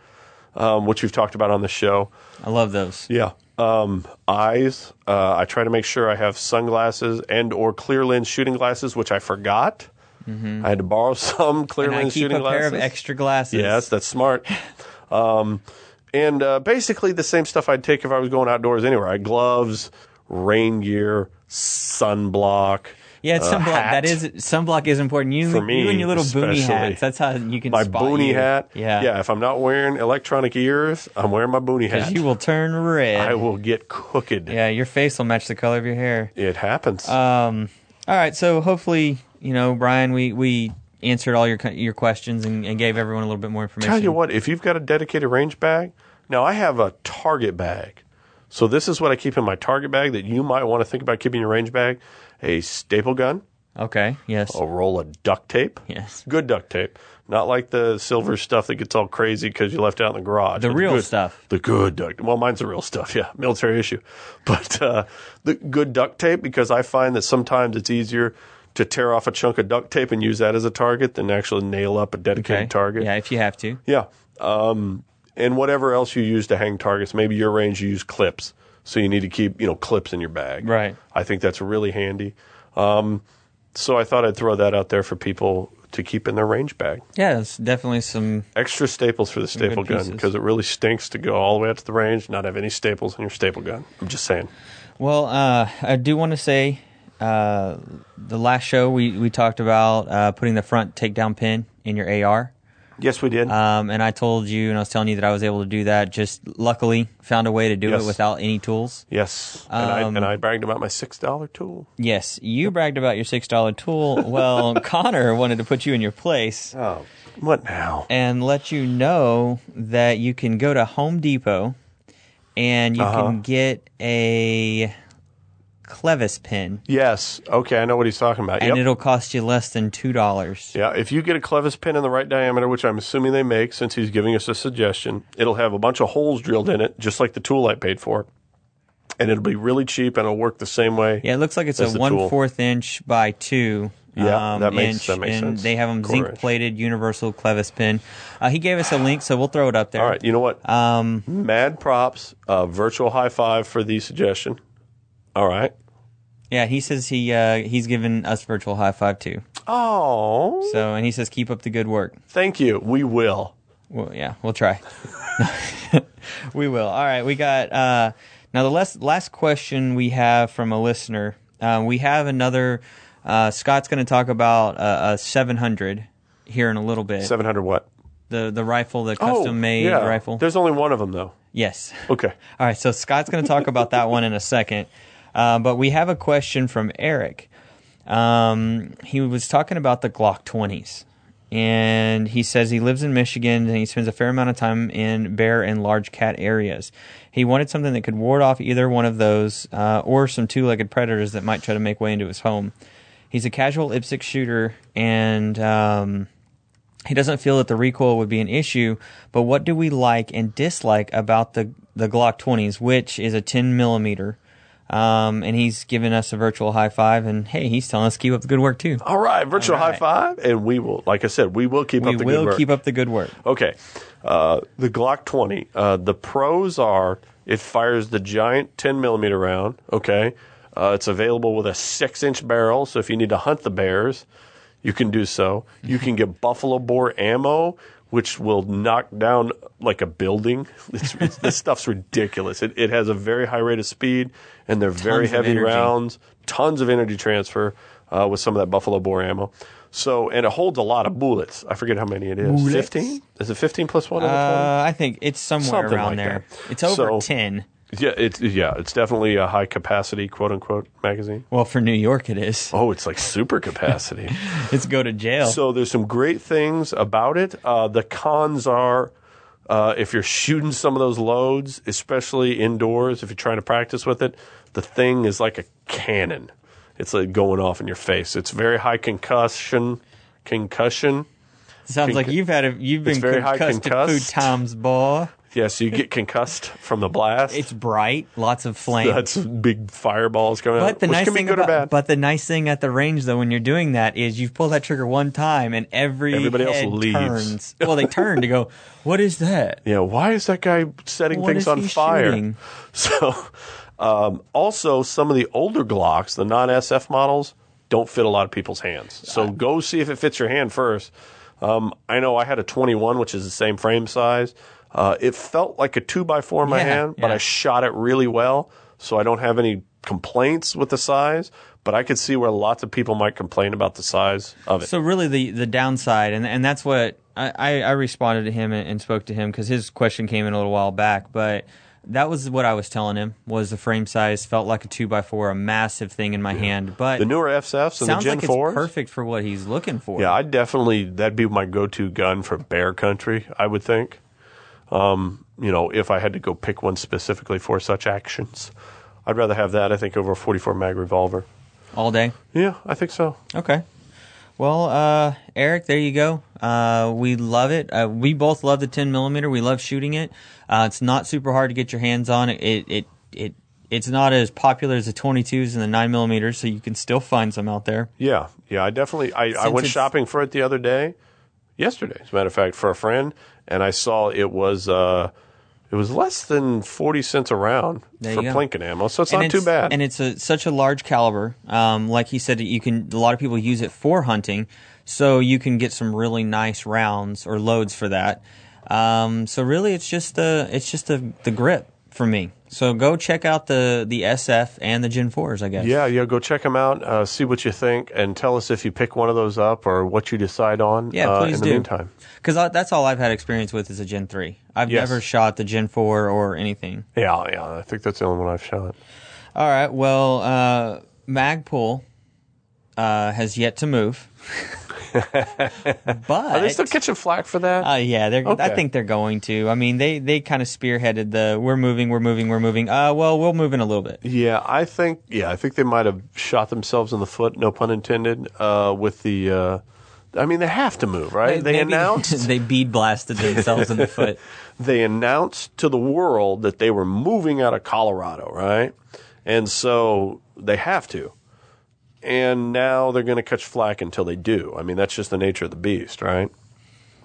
[SPEAKER 1] um, which we've talked about on the show.
[SPEAKER 2] I love those.
[SPEAKER 1] Yeah. Um, eyes. Uh, I try to make sure I have sunglasses and or clear lens shooting glasses, which I forgot. I had to borrow some clear
[SPEAKER 2] Mm-hmm. And I
[SPEAKER 1] lens
[SPEAKER 2] keep
[SPEAKER 1] shooting
[SPEAKER 2] a pair
[SPEAKER 1] glasses.
[SPEAKER 2] of extra glasses.
[SPEAKER 1] Yes, that's smart. Um, and uh, basically the same stuff I'd take if I was going outdoors anywhere. I gloves, rain gear, sunblock.
[SPEAKER 2] Yeah, it's
[SPEAKER 1] uh,
[SPEAKER 2] sunblock.
[SPEAKER 1] hat.
[SPEAKER 2] That is sunblock is important. You,
[SPEAKER 1] For me,
[SPEAKER 2] you and your little
[SPEAKER 1] especially.
[SPEAKER 2] boonie hats. That's how you can
[SPEAKER 1] my
[SPEAKER 2] spot
[SPEAKER 1] boonie
[SPEAKER 2] you.
[SPEAKER 1] hat.
[SPEAKER 2] Yeah,
[SPEAKER 1] yeah. If I'm not wearing electronic ears, I'm wearing my boonie hat.
[SPEAKER 2] You will turn red.
[SPEAKER 1] I will get cooked.
[SPEAKER 2] yeah, your face will match the color of your hair.
[SPEAKER 1] It happens.
[SPEAKER 2] Um, all right, so hopefully, you know, Brian, we, we answered all your your questions and, and gave everyone a little bit more information.
[SPEAKER 1] Tell you what, if you've got a dedicated range bag, now I have a target bag. So this is what I keep in my target bag that you might want to think about keeping in your range bag: a staple gun,
[SPEAKER 2] Okay. Yes.
[SPEAKER 1] a roll of duct tape.
[SPEAKER 2] Yes.
[SPEAKER 1] Good duct tape, not like the silver stuff that gets all crazy because you left it out in the garage.
[SPEAKER 2] The
[SPEAKER 1] But
[SPEAKER 2] real
[SPEAKER 1] good-
[SPEAKER 2] stuff.
[SPEAKER 1] The good duct. Well, mine's the real stuff. Yeah, military issue, but uh, the good duct tape because I find that sometimes it's easier to tear off a chunk of duct tape and use that as a target than actually nail up a dedicated
[SPEAKER 2] Okay.
[SPEAKER 1] target.
[SPEAKER 2] Yeah, if you have to.
[SPEAKER 1] Yeah. Um, and whatever else you use to hang targets, maybe your range you use clips. So you need to keep, you know, clips in your bag.
[SPEAKER 2] Right.
[SPEAKER 1] I think that's really handy. Um, so I thought I'd throw that out there for people to keep in their range bag.
[SPEAKER 2] Yeah, it's definitely some.
[SPEAKER 1] Extra staples for the staple
[SPEAKER 2] good
[SPEAKER 1] gun
[SPEAKER 2] pieces.
[SPEAKER 1] because it really stinks to go all the way out to the range and not have any staples in your staple gun. I'm just saying.
[SPEAKER 2] Well, uh, I do want to say uh, the last show we, we talked about uh, putting the front takedown pin in your AR.
[SPEAKER 1] Yes, we did.
[SPEAKER 2] Um, and I told you, and I was telling you that I was able to do that. Just luckily, found a way to do
[SPEAKER 1] Yes.
[SPEAKER 2] it without any tools.
[SPEAKER 1] yes. And, I,
[SPEAKER 2] um,
[SPEAKER 1] and I bragged about my $6 tool.
[SPEAKER 2] Yes, you bragged about your six dollar tool. Well, Connor wanted to put you in your place.
[SPEAKER 1] Oh. What now?
[SPEAKER 2] and let you know that you can
[SPEAKER 1] Uh-huh.
[SPEAKER 2] go to Home Depot and you can get a Clevis pin,
[SPEAKER 1] Yes. Okay, I know what he's talking about.
[SPEAKER 2] and
[SPEAKER 1] Yep.
[SPEAKER 2] it'll cost you less than two dollars.
[SPEAKER 1] Yeah, if you get a clevis pin in the right diameter, which I'm assuming they make since he's giving us a suggestion, it'll have a bunch of holes drilled in it, just like the tool I paid for. And it'll be really cheap and it'll work the same way.
[SPEAKER 2] Yeah, it looks like it's
[SPEAKER 1] That's
[SPEAKER 2] a
[SPEAKER 1] the tool.
[SPEAKER 2] one fourth inch by two.
[SPEAKER 1] Yeah,
[SPEAKER 2] um,
[SPEAKER 1] that makes-
[SPEAKER 2] inch,
[SPEAKER 1] that makes
[SPEAKER 2] and
[SPEAKER 1] sense.
[SPEAKER 2] They have them
[SPEAKER 1] Quarter
[SPEAKER 2] zinc
[SPEAKER 1] inch.
[SPEAKER 2] plated universal clevis pin. Uh, he gave us a link, so we'll throw it up there.
[SPEAKER 1] All right, you know what?
[SPEAKER 2] Um,
[SPEAKER 1] Mad props, uh, virtual high five for the suggestion. All right.
[SPEAKER 2] yeah, he says he uh, he's given us virtual high five too.
[SPEAKER 1] Oh,
[SPEAKER 2] So, and he says keep up the good work.
[SPEAKER 1] thank you. We will.
[SPEAKER 2] Well, yeah, we'll try. we will. All right, we got uh, now the last last question we have from a listener. Um, we have another. Uh, Scott's going to talk about uh, a 700 here in a little bit.
[SPEAKER 1] 700 what?
[SPEAKER 2] the the rifle, the
[SPEAKER 1] Oh,
[SPEAKER 2] custom made
[SPEAKER 1] yeah.
[SPEAKER 2] rifle.
[SPEAKER 1] There's only one of them, though.
[SPEAKER 2] Yes.
[SPEAKER 1] Okay.
[SPEAKER 2] All right. So Scott's going to talk about that one in a second, uh, but we have a question from Eric. Um, he was talking about the Glock 20s, and he says he lives in Michigan and he spends a fair amount of time in bear and large cat areas. He wanted something that could ward off either one of those uh, or some two-legged predators that might try to make way into his home. He's a casual IPSC shooter and. Um, he doesn't feel that the recoil would be an issue, but what do we like and dislike about the the Glock 20s, which is a 10 millimeter? Um, and he's giving us a virtual high five, and hey, he's telling us keep up the good work too.
[SPEAKER 1] All right, virtual
[SPEAKER 2] All right.
[SPEAKER 1] high five. And we will, like I said, we will keep
[SPEAKER 2] We
[SPEAKER 1] up the
[SPEAKER 2] will
[SPEAKER 1] good work.
[SPEAKER 2] keep up the good work.
[SPEAKER 1] Okay. Uh, the Glock 20. Uh, the pros are it fires the giant 10 millimeter round. Okay. Uh, it's available with a six inch barrel. So if you need to hunt the bears, you can do so. You can get buffalo boar ammo, which will knock down like a building. It's, it's, this stuff's ridiculous. It, it has a very high rate of speed, and they're very
[SPEAKER 2] of
[SPEAKER 1] heavy
[SPEAKER 2] energy.
[SPEAKER 1] rounds, tons of energy transfer uh, with some of that buffalo boar ammo. So, and it holds a lot of bullets. I forget how many it is.
[SPEAKER 2] Bullets.
[SPEAKER 1] Fifteen? Is it fifteen plus one? on the 20?
[SPEAKER 2] Uh, I think it's somewhere
[SPEAKER 1] Something like
[SPEAKER 2] around there.
[SPEAKER 1] that.
[SPEAKER 2] It's over
[SPEAKER 1] So-
[SPEAKER 2] 10.
[SPEAKER 1] Yeah, it's yeah, it's definitely a high capacity quote unquote magazine.
[SPEAKER 2] Well, for New York, it is.
[SPEAKER 1] Oh, it's like super capacity.
[SPEAKER 2] It's go to jail.
[SPEAKER 1] so there's some great things about it. Uh, the cons are. Uh, if you're shooting some of those loads, especially indoors, if you're trying to practice with it, the thing is like a cannon. It's like going off in your face. It's very high concussion, concussion.
[SPEAKER 2] Sounds like you've had a, you've been
[SPEAKER 1] very high
[SPEAKER 2] concussed a few
[SPEAKER 1] concussed.
[SPEAKER 2] times, boy.
[SPEAKER 1] Yeah, so you get concussed from the blast.
[SPEAKER 2] It's bright, lots of flame.
[SPEAKER 1] That's big fireballs coming out,
[SPEAKER 2] But the
[SPEAKER 1] Uh, which
[SPEAKER 2] nice
[SPEAKER 1] can be
[SPEAKER 2] thing
[SPEAKER 1] good
[SPEAKER 2] about,
[SPEAKER 1] or bad.
[SPEAKER 2] but the nice thing at the range though, when you're doing that, is you pull that trigger one time and every
[SPEAKER 1] Everybody else
[SPEAKER 2] head
[SPEAKER 1] leaves.
[SPEAKER 2] Turns. Well, they turn to go. What is that?
[SPEAKER 1] Yeah, why is that guy setting
[SPEAKER 2] What
[SPEAKER 1] things
[SPEAKER 2] is
[SPEAKER 1] on
[SPEAKER 2] he
[SPEAKER 1] fire?
[SPEAKER 2] shooting?
[SPEAKER 1] So, um, also some of the older Glocks, the non-SF models, don't fit a lot of people's hands. So go see if it fits your hand first. Um, I know I had a 21, which is the same frame size. Uh, it felt like a two by four in my
[SPEAKER 2] Yeah,
[SPEAKER 1] hand, but
[SPEAKER 2] yeah.
[SPEAKER 1] I shot it really well, so I don't have any complaints with the size. But I could see where lots of people might complain about the size of it.
[SPEAKER 2] So really, the the downside, and and that's what I I, I responded to him and, and spoke to him because his question came in a little while back, but. That was what I was telling him. Was the frame size felt like a two by four, a massive thing in my hand, but
[SPEAKER 1] the newer FFs and the
[SPEAKER 2] sounds
[SPEAKER 1] Gen
[SPEAKER 2] like it's
[SPEAKER 1] 4s.
[SPEAKER 2] perfect for what he's looking for.
[SPEAKER 1] Yeah, I definitely that'd be my go-to gun for bear country. I would think. Um, you know, if I had to go pick one specifically for such actions, I'd rather have that. I think over a 44 mag revolver.
[SPEAKER 2] all day.
[SPEAKER 1] Yeah, I think so.
[SPEAKER 2] Okay. Well, uh, Eric, there you go. Uh, we love it. Uh, we both love the 10 millimeter. We love shooting it. Uh, it's not super hard to get your hands on. It, it, it, it it's not as popular as the 22s and the 9 millimeters, so you can still find some out there.
[SPEAKER 1] Yeah, yeah, I definitely. I, I
[SPEAKER 2] Since
[SPEAKER 1] went
[SPEAKER 2] it's-
[SPEAKER 1] shopping for it the other day, yesterday, as a matter of fact, for a friend, and I saw it was uh, it was less than 40 cents a round
[SPEAKER 2] There
[SPEAKER 1] for
[SPEAKER 2] you go.
[SPEAKER 1] Plinken ammo, so it's
[SPEAKER 2] And
[SPEAKER 1] not
[SPEAKER 2] it's-
[SPEAKER 1] too bad.
[SPEAKER 2] And it's a, such a large caliber. Um, like he said, you can a lot of people use it for hunting, so you can get some really nice rounds or loads for that. Um, so really, it's just the it's just the the grip for me. So go check out the the SF and the Gen Fours, I guess.
[SPEAKER 1] Yeah, yeah. Go check them out. Uh, see what you think, and tell us if you pick one of those up or what you decide on.
[SPEAKER 2] Yeah,
[SPEAKER 1] uh,
[SPEAKER 2] please
[SPEAKER 1] in
[SPEAKER 2] do.
[SPEAKER 1] the meantime,
[SPEAKER 2] because that's all I've had experience with is a Gen Three. I've
[SPEAKER 1] Yes.
[SPEAKER 2] never shot the Gen Four or anything.
[SPEAKER 1] yeah, yeah. I think that's the only one I've shot.
[SPEAKER 2] All right. Well, uh, Magpul uh, has yet to move. but
[SPEAKER 1] Are they still catching flack for that?
[SPEAKER 2] Uh, yeah, they're, I
[SPEAKER 1] Okay.
[SPEAKER 2] think they're going to. I mean, they, they kind of spearheaded the we're moving, we're moving, we're moving. Uh, well, we'll move in a little bit.
[SPEAKER 1] yeah, I think yeah, I think they might have shot themselves in the foot, no pun intended, uh, with the. Uh, I mean, they have to move, right? They
[SPEAKER 2] Maybe
[SPEAKER 1] announced
[SPEAKER 2] they bead blasted themselves in the foot.
[SPEAKER 1] they announced to the world that they were moving out of Colorado, right? And so they have to. And now they're going to catch flack until they do. I mean, that's just the nature of the beast, right?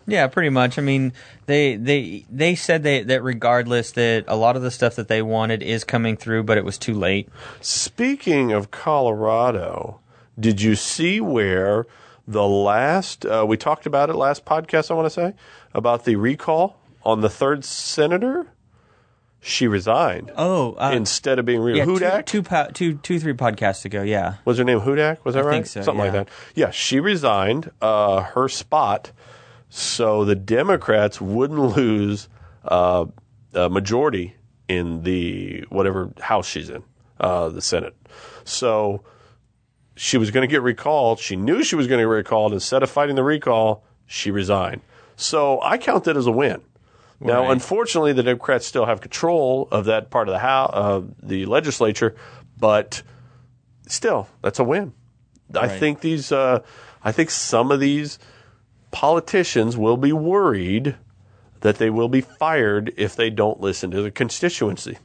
[SPEAKER 2] Yeah, pretty much. I mean, they they they said they, that regardless that a lot of the stuff that they wanted is coming through, but it was too late.
[SPEAKER 1] Speaking of Colorado, did you see where the last uh, we talked about it last podcast? I want to say about the recall on the third senator. She resigned
[SPEAKER 2] Oh, uh,
[SPEAKER 1] instead of being re-
[SPEAKER 2] yeah,
[SPEAKER 1] Hudak.
[SPEAKER 2] two, two, po- two, two, three podcasts ago. Yeah,
[SPEAKER 1] was her name Hudak? Was that right?
[SPEAKER 2] think so,
[SPEAKER 1] Something like
[SPEAKER 2] yeah.
[SPEAKER 1] that. Yeah, she resigned uh, her spot, so the Democrats wouldn't lose uh, a majority in the whatever house she's in, uh, the Senate. So she was going to get recalled. She knew she was going to get recalled. Instead of fighting the recall, she resigned. So I count that as a win. Now,
[SPEAKER 2] Right.
[SPEAKER 1] unfortunately, the Democrats still have control of that part of the house, uh, the legislature, but still, that's a win. I
[SPEAKER 2] Right.
[SPEAKER 1] think these, uh, I think some of these politicians will be worried that they will be fired if they don't listen to the constituency,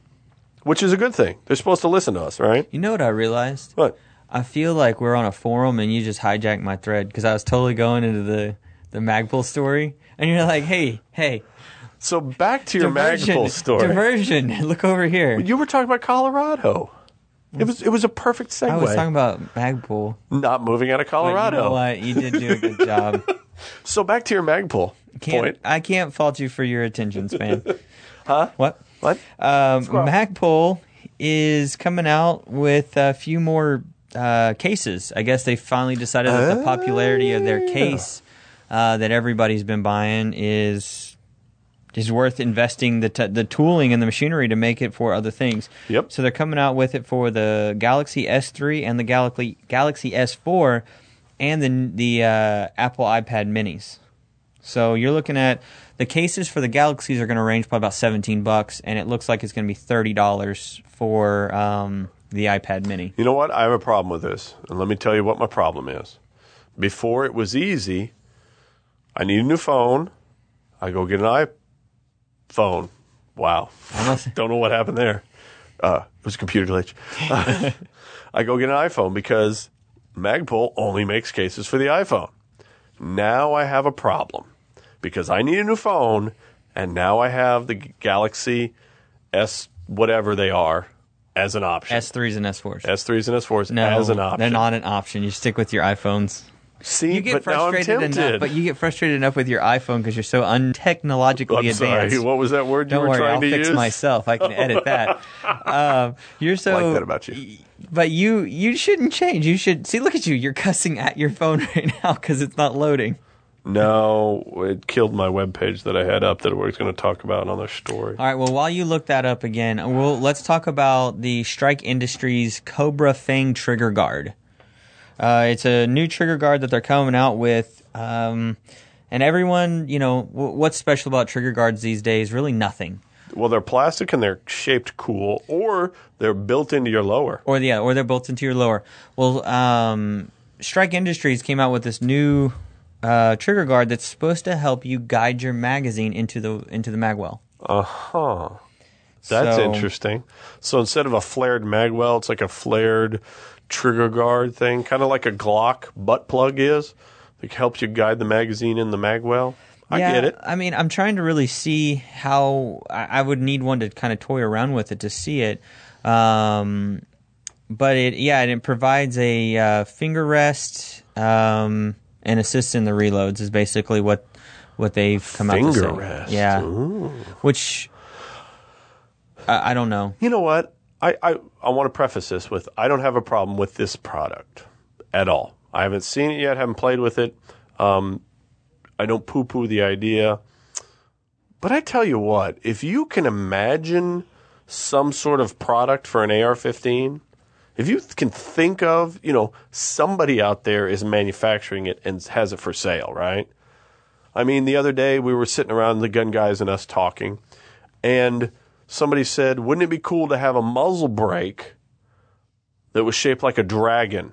[SPEAKER 1] which is a good thing. They're supposed to listen to us, right?
[SPEAKER 2] you know what I realized?
[SPEAKER 1] But
[SPEAKER 2] I feel like we're on a forum and you just hijacked my thread because I was totally going into the the Magpul story, and you're like, hey, hey,
[SPEAKER 1] so back to your Magpul story.
[SPEAKER 2] diversion. Look over here.
[SPEAKER 1] you were talking about Colorado. It was it was a perfect segue.
[SPEAKER 2] I was talking about Magpul.
[SPEAKER 1] Not moving out of
[SPEAKER 2] but
[SPEAKER 1] Colorado.
[SPEAKER 2] You know what? You did do a good job.
[SPEAKER 1] So back to your Magpul
[SPEAKER 2] Can't,
[SPEAKER 1] point.
[SPEAKER 2] I can't fault you for your attention span. huh? What?
[SPEAKER 1] What?
[SPEAKER 2] Um, Magpul is coming out with a few more uh, cases. I guess they finally decided that the popularity of
[SPEAKER 1] Oh.
[SPEAKER 2] their case uh, that everybody's been buying is is worth investing the t- the tooling and the machinery to make it for other things.
[SPEAKER 1] Yep.
[SPEAKER 2] So they're coming out with it for the Galaxy S3 and the Galaxy Galaxy S4 and the the uh, Apple iPad Minis. So you're looking at the cases for the Galaxies are going to range probably about 17 bucks, and it looks like it's going to be 30 dollars for um, the iPad Mini.
[SPEAKER 1] You know what? I have a problem with this, and let me tell you what my problem is. Before it was easy, I need a new phone. I go get an iPhone. Wow,
[SPEAKER 2] Unless-
[SPEAKER 1] don't know what happened there. Uh, it was a computer glitch. I go get an iPhone because Magpul only makes cases for the iPhone. Now I have a problem because I need a new phone, and now I have the Galaxy S whatever they are as an option.
[SPEAKER 2] S3s and S4s.
[SPEAKER 1] S3s and S4s
[SPEAKER 2] no,
[SPEAKER 1] as an
[SPEAKER 2] they're
[SPEAKER 1] option.
[SPEAKER 2] not an option. You stick with your iPhones.
[SPEAKER 1] See,
[SPEAKER 2] You get
[SPEAKER 1] but now I'm
[SPEAKER 2] frustrated
[SPEAKER 1] tempted.
[SPEAKER 2] enough, but you get frustrated enough with your iPhone because you're so untechnologically
[SPEAKER 1] I'm
[SPEAKER 2] advanced.
[SPEAKER 1] sorry. What was that word you
[SPEAKER 2] Don't
[SPEAKER 1] were
[SPEAKER 2] worry,
[SPEAKER 1] trying
[SPEAKER 2] I'll
[SPEAKER 1] to
[SPEAKER 2] fix
[SPEAKER 1] use?
[SPEAKER 2] myself. I can edit that. um, you're so
[SPEAKER 1] like that about you.
[SPEAKER 2] But you you shouldn't change. You should see. Look at you. You're cussing at your phone right now because it's not loading.
[SPEAKER 1] No, it killed my webpage that I had up that we was going to talk about another story.
[SPEAKER 2] All right. Well, while you look that up again, we'll let's talk about the Strike Industries Cobra Fang Trigger Guard. Uh, it's a new trigger guard that they're coming out with. Um, and everyone, you know, w- what's special about trigger guards these days? Really nothing.
[SPEAKER 1] Well, they're plastic and they're shaped cool, or they're built into your lower.
[SPEAKER 2] or yeah, or they're built into your lower. Well, um, Strike Industries came out with this new uh, trigger guard that's supposed to help you guide your magazine into the into the magwell.
[SPEAKER 1] Uh huh. That's
[SPEAKER 2] So-
[SPEAKER 1] interesting. So instead of a flared magwell, it's like a flared trigger guard thing, kind of like a Glock butt plug is. It helps you guide the magazine in the magwell. I
[SPEAKER 2] yeah,
[SPEAKER 1] get it.
[SPEAKER 2] I mean, I'm trying to really see how I, I would need one to kind of toy around with it to see it. Um, but it, yeah, and it provides a uh, finger rest um, and assists in the reloads is basically what what they've come out to
[SPEAKER 1] Finger
[SPEAKER 2] say.
[SPEAKER 1] rest.
[SPEAKER 2] Yeah, which I, I don't know.
[SPEAKER 1] you know what? I, I, I want to preface this with I don't have a problem with this product at all. I haven't seen it yet, haven't played with it. Um, I don't poo poo the idea. But I tell you what, if you can imagine some sort of product for an AR 15, If you can think of, you know, somebody out there is manufacturing it and has it for sale, right? I mean, the other day we were sitting around the gun guys and us talking, and somebody said, "Wouldn't it be cool to have a muzzle brake that was shaped like a dragon?"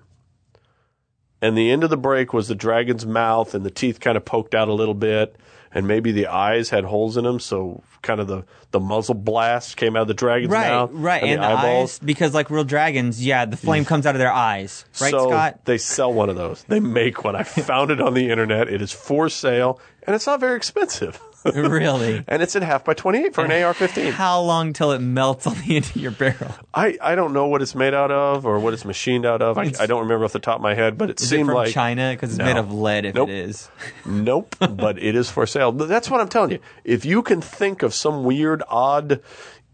[SPEAKER 1] And the end of the brake was the dragon's mouth, and the teeth kind of poked out a little bit, and maybe the eyes had holes in them, so kind of the, the muzzle blast came out of the dragon's
[SPEAKER 2] Right,
[SPEAKER 1] mouth,
[SPEAKER 2] right, and, the, eyes because like real dragons, yeah, the flame comes out of their eyes, right,
[SPEAKER 1] so
[SPEAKER 2] Scott?
[SPEAKER 1] they sell one of those. They make one. I found it on the internet. It is for sale, and it's not very expensive.
[SPEAKER 2] really?
[SPEAKER 1] and it's in half by 28 for an AR-15.
[SPEAKER 2] How long till it melts on the end of your barrel?
[SPEAKER 1] I, I don't know what it's made out of or what it's machined out of. I, I don't remember off the top of my head, but it
[SPEAKER 2] Is it
[SPEAKER 1] seemed
[SPEAKER 2] from
[SPEAKER 1] like
[SPEAKER 2] China? Because it's
[SPEAKER 1] No.
[SPEAKER 2] made of lead. If
[SPEAKER 1] Nope.
[SPEAKER 2] it is,
[SPEAKER 1] nope, but it is for sale. Th- That's what I'm telling you. If you can think of some weird, odd,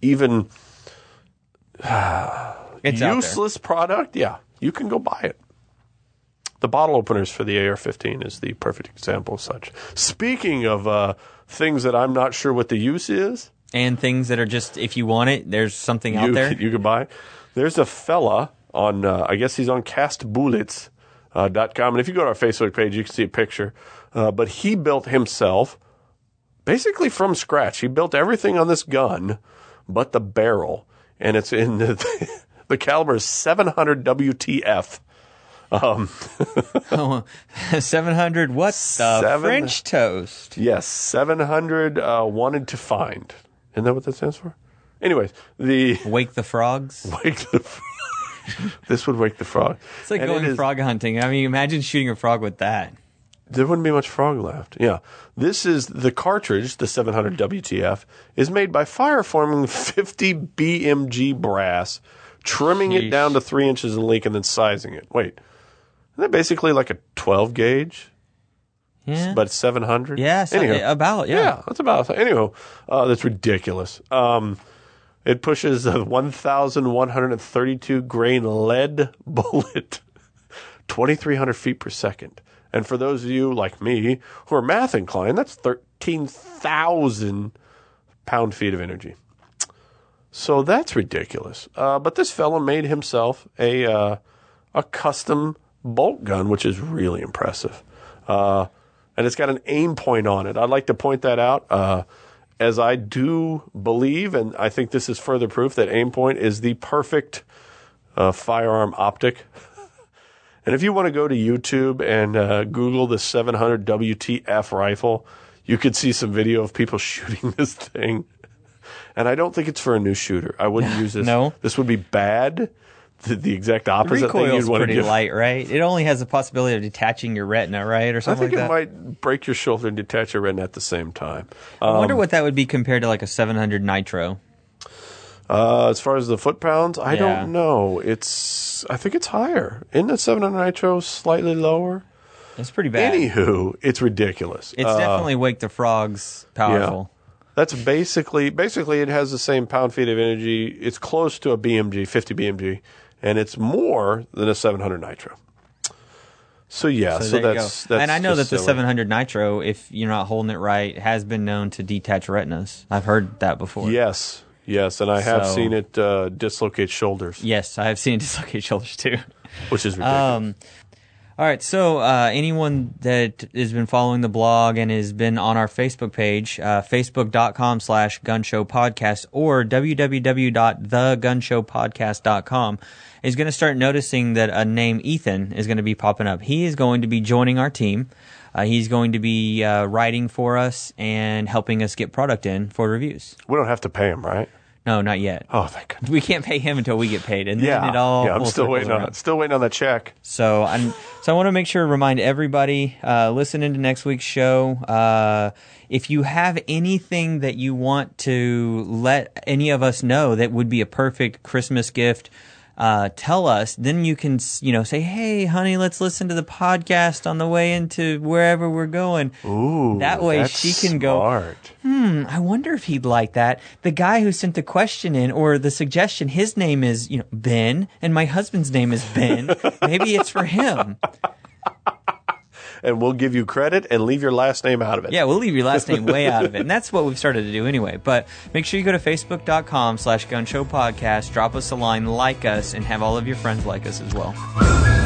[SPEAKER 1] even
[SPEAKER 2] it's out there.
[SPEAKER 1] useless product, yeah, you can go buy it. The bottle openers for the AR-15 is the perfect example of such. Speaking of uh, things that I'm not sure what the use is,
[SPEAKER 2] and things that are just if you want it, there's something
[SPEAKER 1] you,
[SPEAKER 2] out there.
[SPEAKER 1] you could buy. There's a fella on, uh, I guess he's on castbullets.com. dot com, and if you go to our Facebook page, you can see a picture. Uh, but he built himself basically from scratch. He built everything on this gun but the barrel. And it's in the, the caliber is 700 WTF.
[SPEAKER 2] 700 what the
[SPEAKER 1] Seven-
[SPEAKER 2] French toast.
[SPEAKER 1] Yes, 700 uh, wanted to find. Isn't that what that stands for? Anyways, the
[SPEAKER 2] Wake the frogs.
[SPEAKER 1] wake the frog. this would wake the frog.
[SPEAKER 2] It's like
[SPEAKER 1] And it
[SPEAKER 2] going
[SPEAKER 1] is-
[SPEAKER 2] frog hunting. I mean, imagine shooting a frog with that.
[SPEAKER 1] there wouldn't be much frog left. Yeah. This is the cartridge, the 700 WTF, is made by fireforming 50 BMG brass, trimming it
[SPEAKER 2] Yeesh.
[SPEAKER 1] down to three inches in length, and then sizing it. Wait, isn't that basically like a 12 gauge,
[SPEAKER 2] Yeah.
[SPEAKER 1] but 700?
[SPEAKER 2] yeah, so-
[SPEAKER 1] Anyhow.
[SPEAKER 2] about yeah.
[SPEAKER 1] Yeah, that's about. Anyhow, uh, that's ridiculous. Um, it pushes a 1,132 grain lead bullet, 2,300 feet per second. And for those of you like me who are math inclined, that's 13,000 pound feet of energy. So that's ridiculous. Uh, but this fellow made himself a uh, a custom bolt gun, which is really impressive. Uh, and it's got an aim point on it. I'd like to point that out, uh, as I do believe, and I think this is further proof that aim point is the perfect uh, firearm optic. And if you want to go to YouTube and uh, Google the 700 WTF rifle, you could see some video of people shooting this thing. And I don't think it's for a new shooter. I wouldn't use this.
[SPEAKER 2] No.
[SPEAKER 1] This would be bad. The, the exact opposite thing
[SPEAKER 2] Recoil's
[SPEAKER 1] you'd want to
[SPEAKER 2] pretty
[SPEAKER 1] give.
[SPEAKER 2] light, right? It only has the possibility of detaching your retina, right, or
[SPEAKER 1] I
[SPEAKER 2] something
[SPEAKER 1] think
[SPEAKER 2] like
[SPEAKER 1] it
[SPEAKER 2] that.
[SPEAKER 1] might break your shoulder and detach your retina at the same time.
[SPEAKER 2] I
[SPEAKER 1] um,
[SPEAKER 2] wonder what that would be compared to like a 700 nitro.
[SPEAKER 1] Uh, as far as the foot pounds, I
[SPEAKER 2] Yeah.
[SPEAKER 1] don't know. It's I think it's higher. Isn't the 700 Nitro slightly lower?
[SPEAKER 2] That's pretty bad.
[SPEAKER 1] Anywho, it's ridiculous.
[SPEAKER 2] it's
[SPEAKER 1] Uh,
[SPEAKER 2] definitely wake the frogs powerful.
[SPEAKER 1] That's basically basically it has the same pound feet of energy. It's close to a BMG, 50 BMG, and it's more than a 700 Nitro. So yeah, so,
[SPEAKER 2] So there you
[SPEAKER 1] that's,
[SPEAKER 2] go.
[SPEAKER 1] that's
[SPEAKER 2] and I know that
[SPEAKER 1] just
[SPEAKER 2] the
[SPEAKER 1] silly.
[SPEAKER 2] 700 nitro, if you're not holding it right, has been known to detach retinas. I've heard that before.
[SPEAKER 1] Yes, yes, and I have
[SPEAKER 2] So-
[SPEAKER 1] seen it uh, dislocate shoulders,
[SPEAKER 2] Yes, I have seen dislocate shoulders too.
[SPEAKER 1] which is ridiculous.
[SPEAKER 2] Um, all right, so uh, anyone that has been following the blog and has been on our Facebook page, uh, facebook.com slash gunshowpodcast or www.thegunshowpodcast.com is going to start noticing that a name, Ethan, is going to be popping up. He is going to be joining our team. Uh, he's going to be uh, writing for us and helping us get product in for reviews.
[SPEAKER 1] we don't have to pay him, right?
[SPEAKER 2] No, not yet.
[SPEAKER 1] Oh, thank God.
[SPEAKER 2] We can't pay him until we get paid, and
[SPEAKER 1] Yeah,
[SPEAKER 2] then it all
[SPEAKER 1] yeah. I'm
[SPEAKER 2] full
[SPEAKER 1] still
[SPEAKER 2] circles
[SPEAKER 1] waiting
[SPEAKER 2] around.
[SPEAKER 1] on it. Still waiting on that check.
[SPEAKER 2] So I'm so I want to make sure to remind everybody uh, listen into next week's show. Uh, if you have anything that you want to let any of us know that would be a perfect Christmas gift. Uh, tell us, then you can, s- you know, say, "Hey, honey, let's listen to the podcast on the way into wherever we're going."
[SPEAKER 1] Ooh,
[SPEAKER 2] that way
[SPEAKER 1] that's
[SPEAKER 2] she can go.
[SPEAKER 1] smart.
[SPEAKER 2] I wonder if he'd like that. The guy who sent the question in or the suggestion, his name is, you know, Ben, and my husband's name is Ben. Maybe it's for him.
[SPEAKER 1] and we'll give you credit and leave your last name out of it.
[SPEAKER 2] Yeah, we'll leave your last name way out of it. And that's what we've started to do anyway. But make sure you go to facebook.com slash gun show podcast, drop us a line, like us, and have all of your friends like us as well.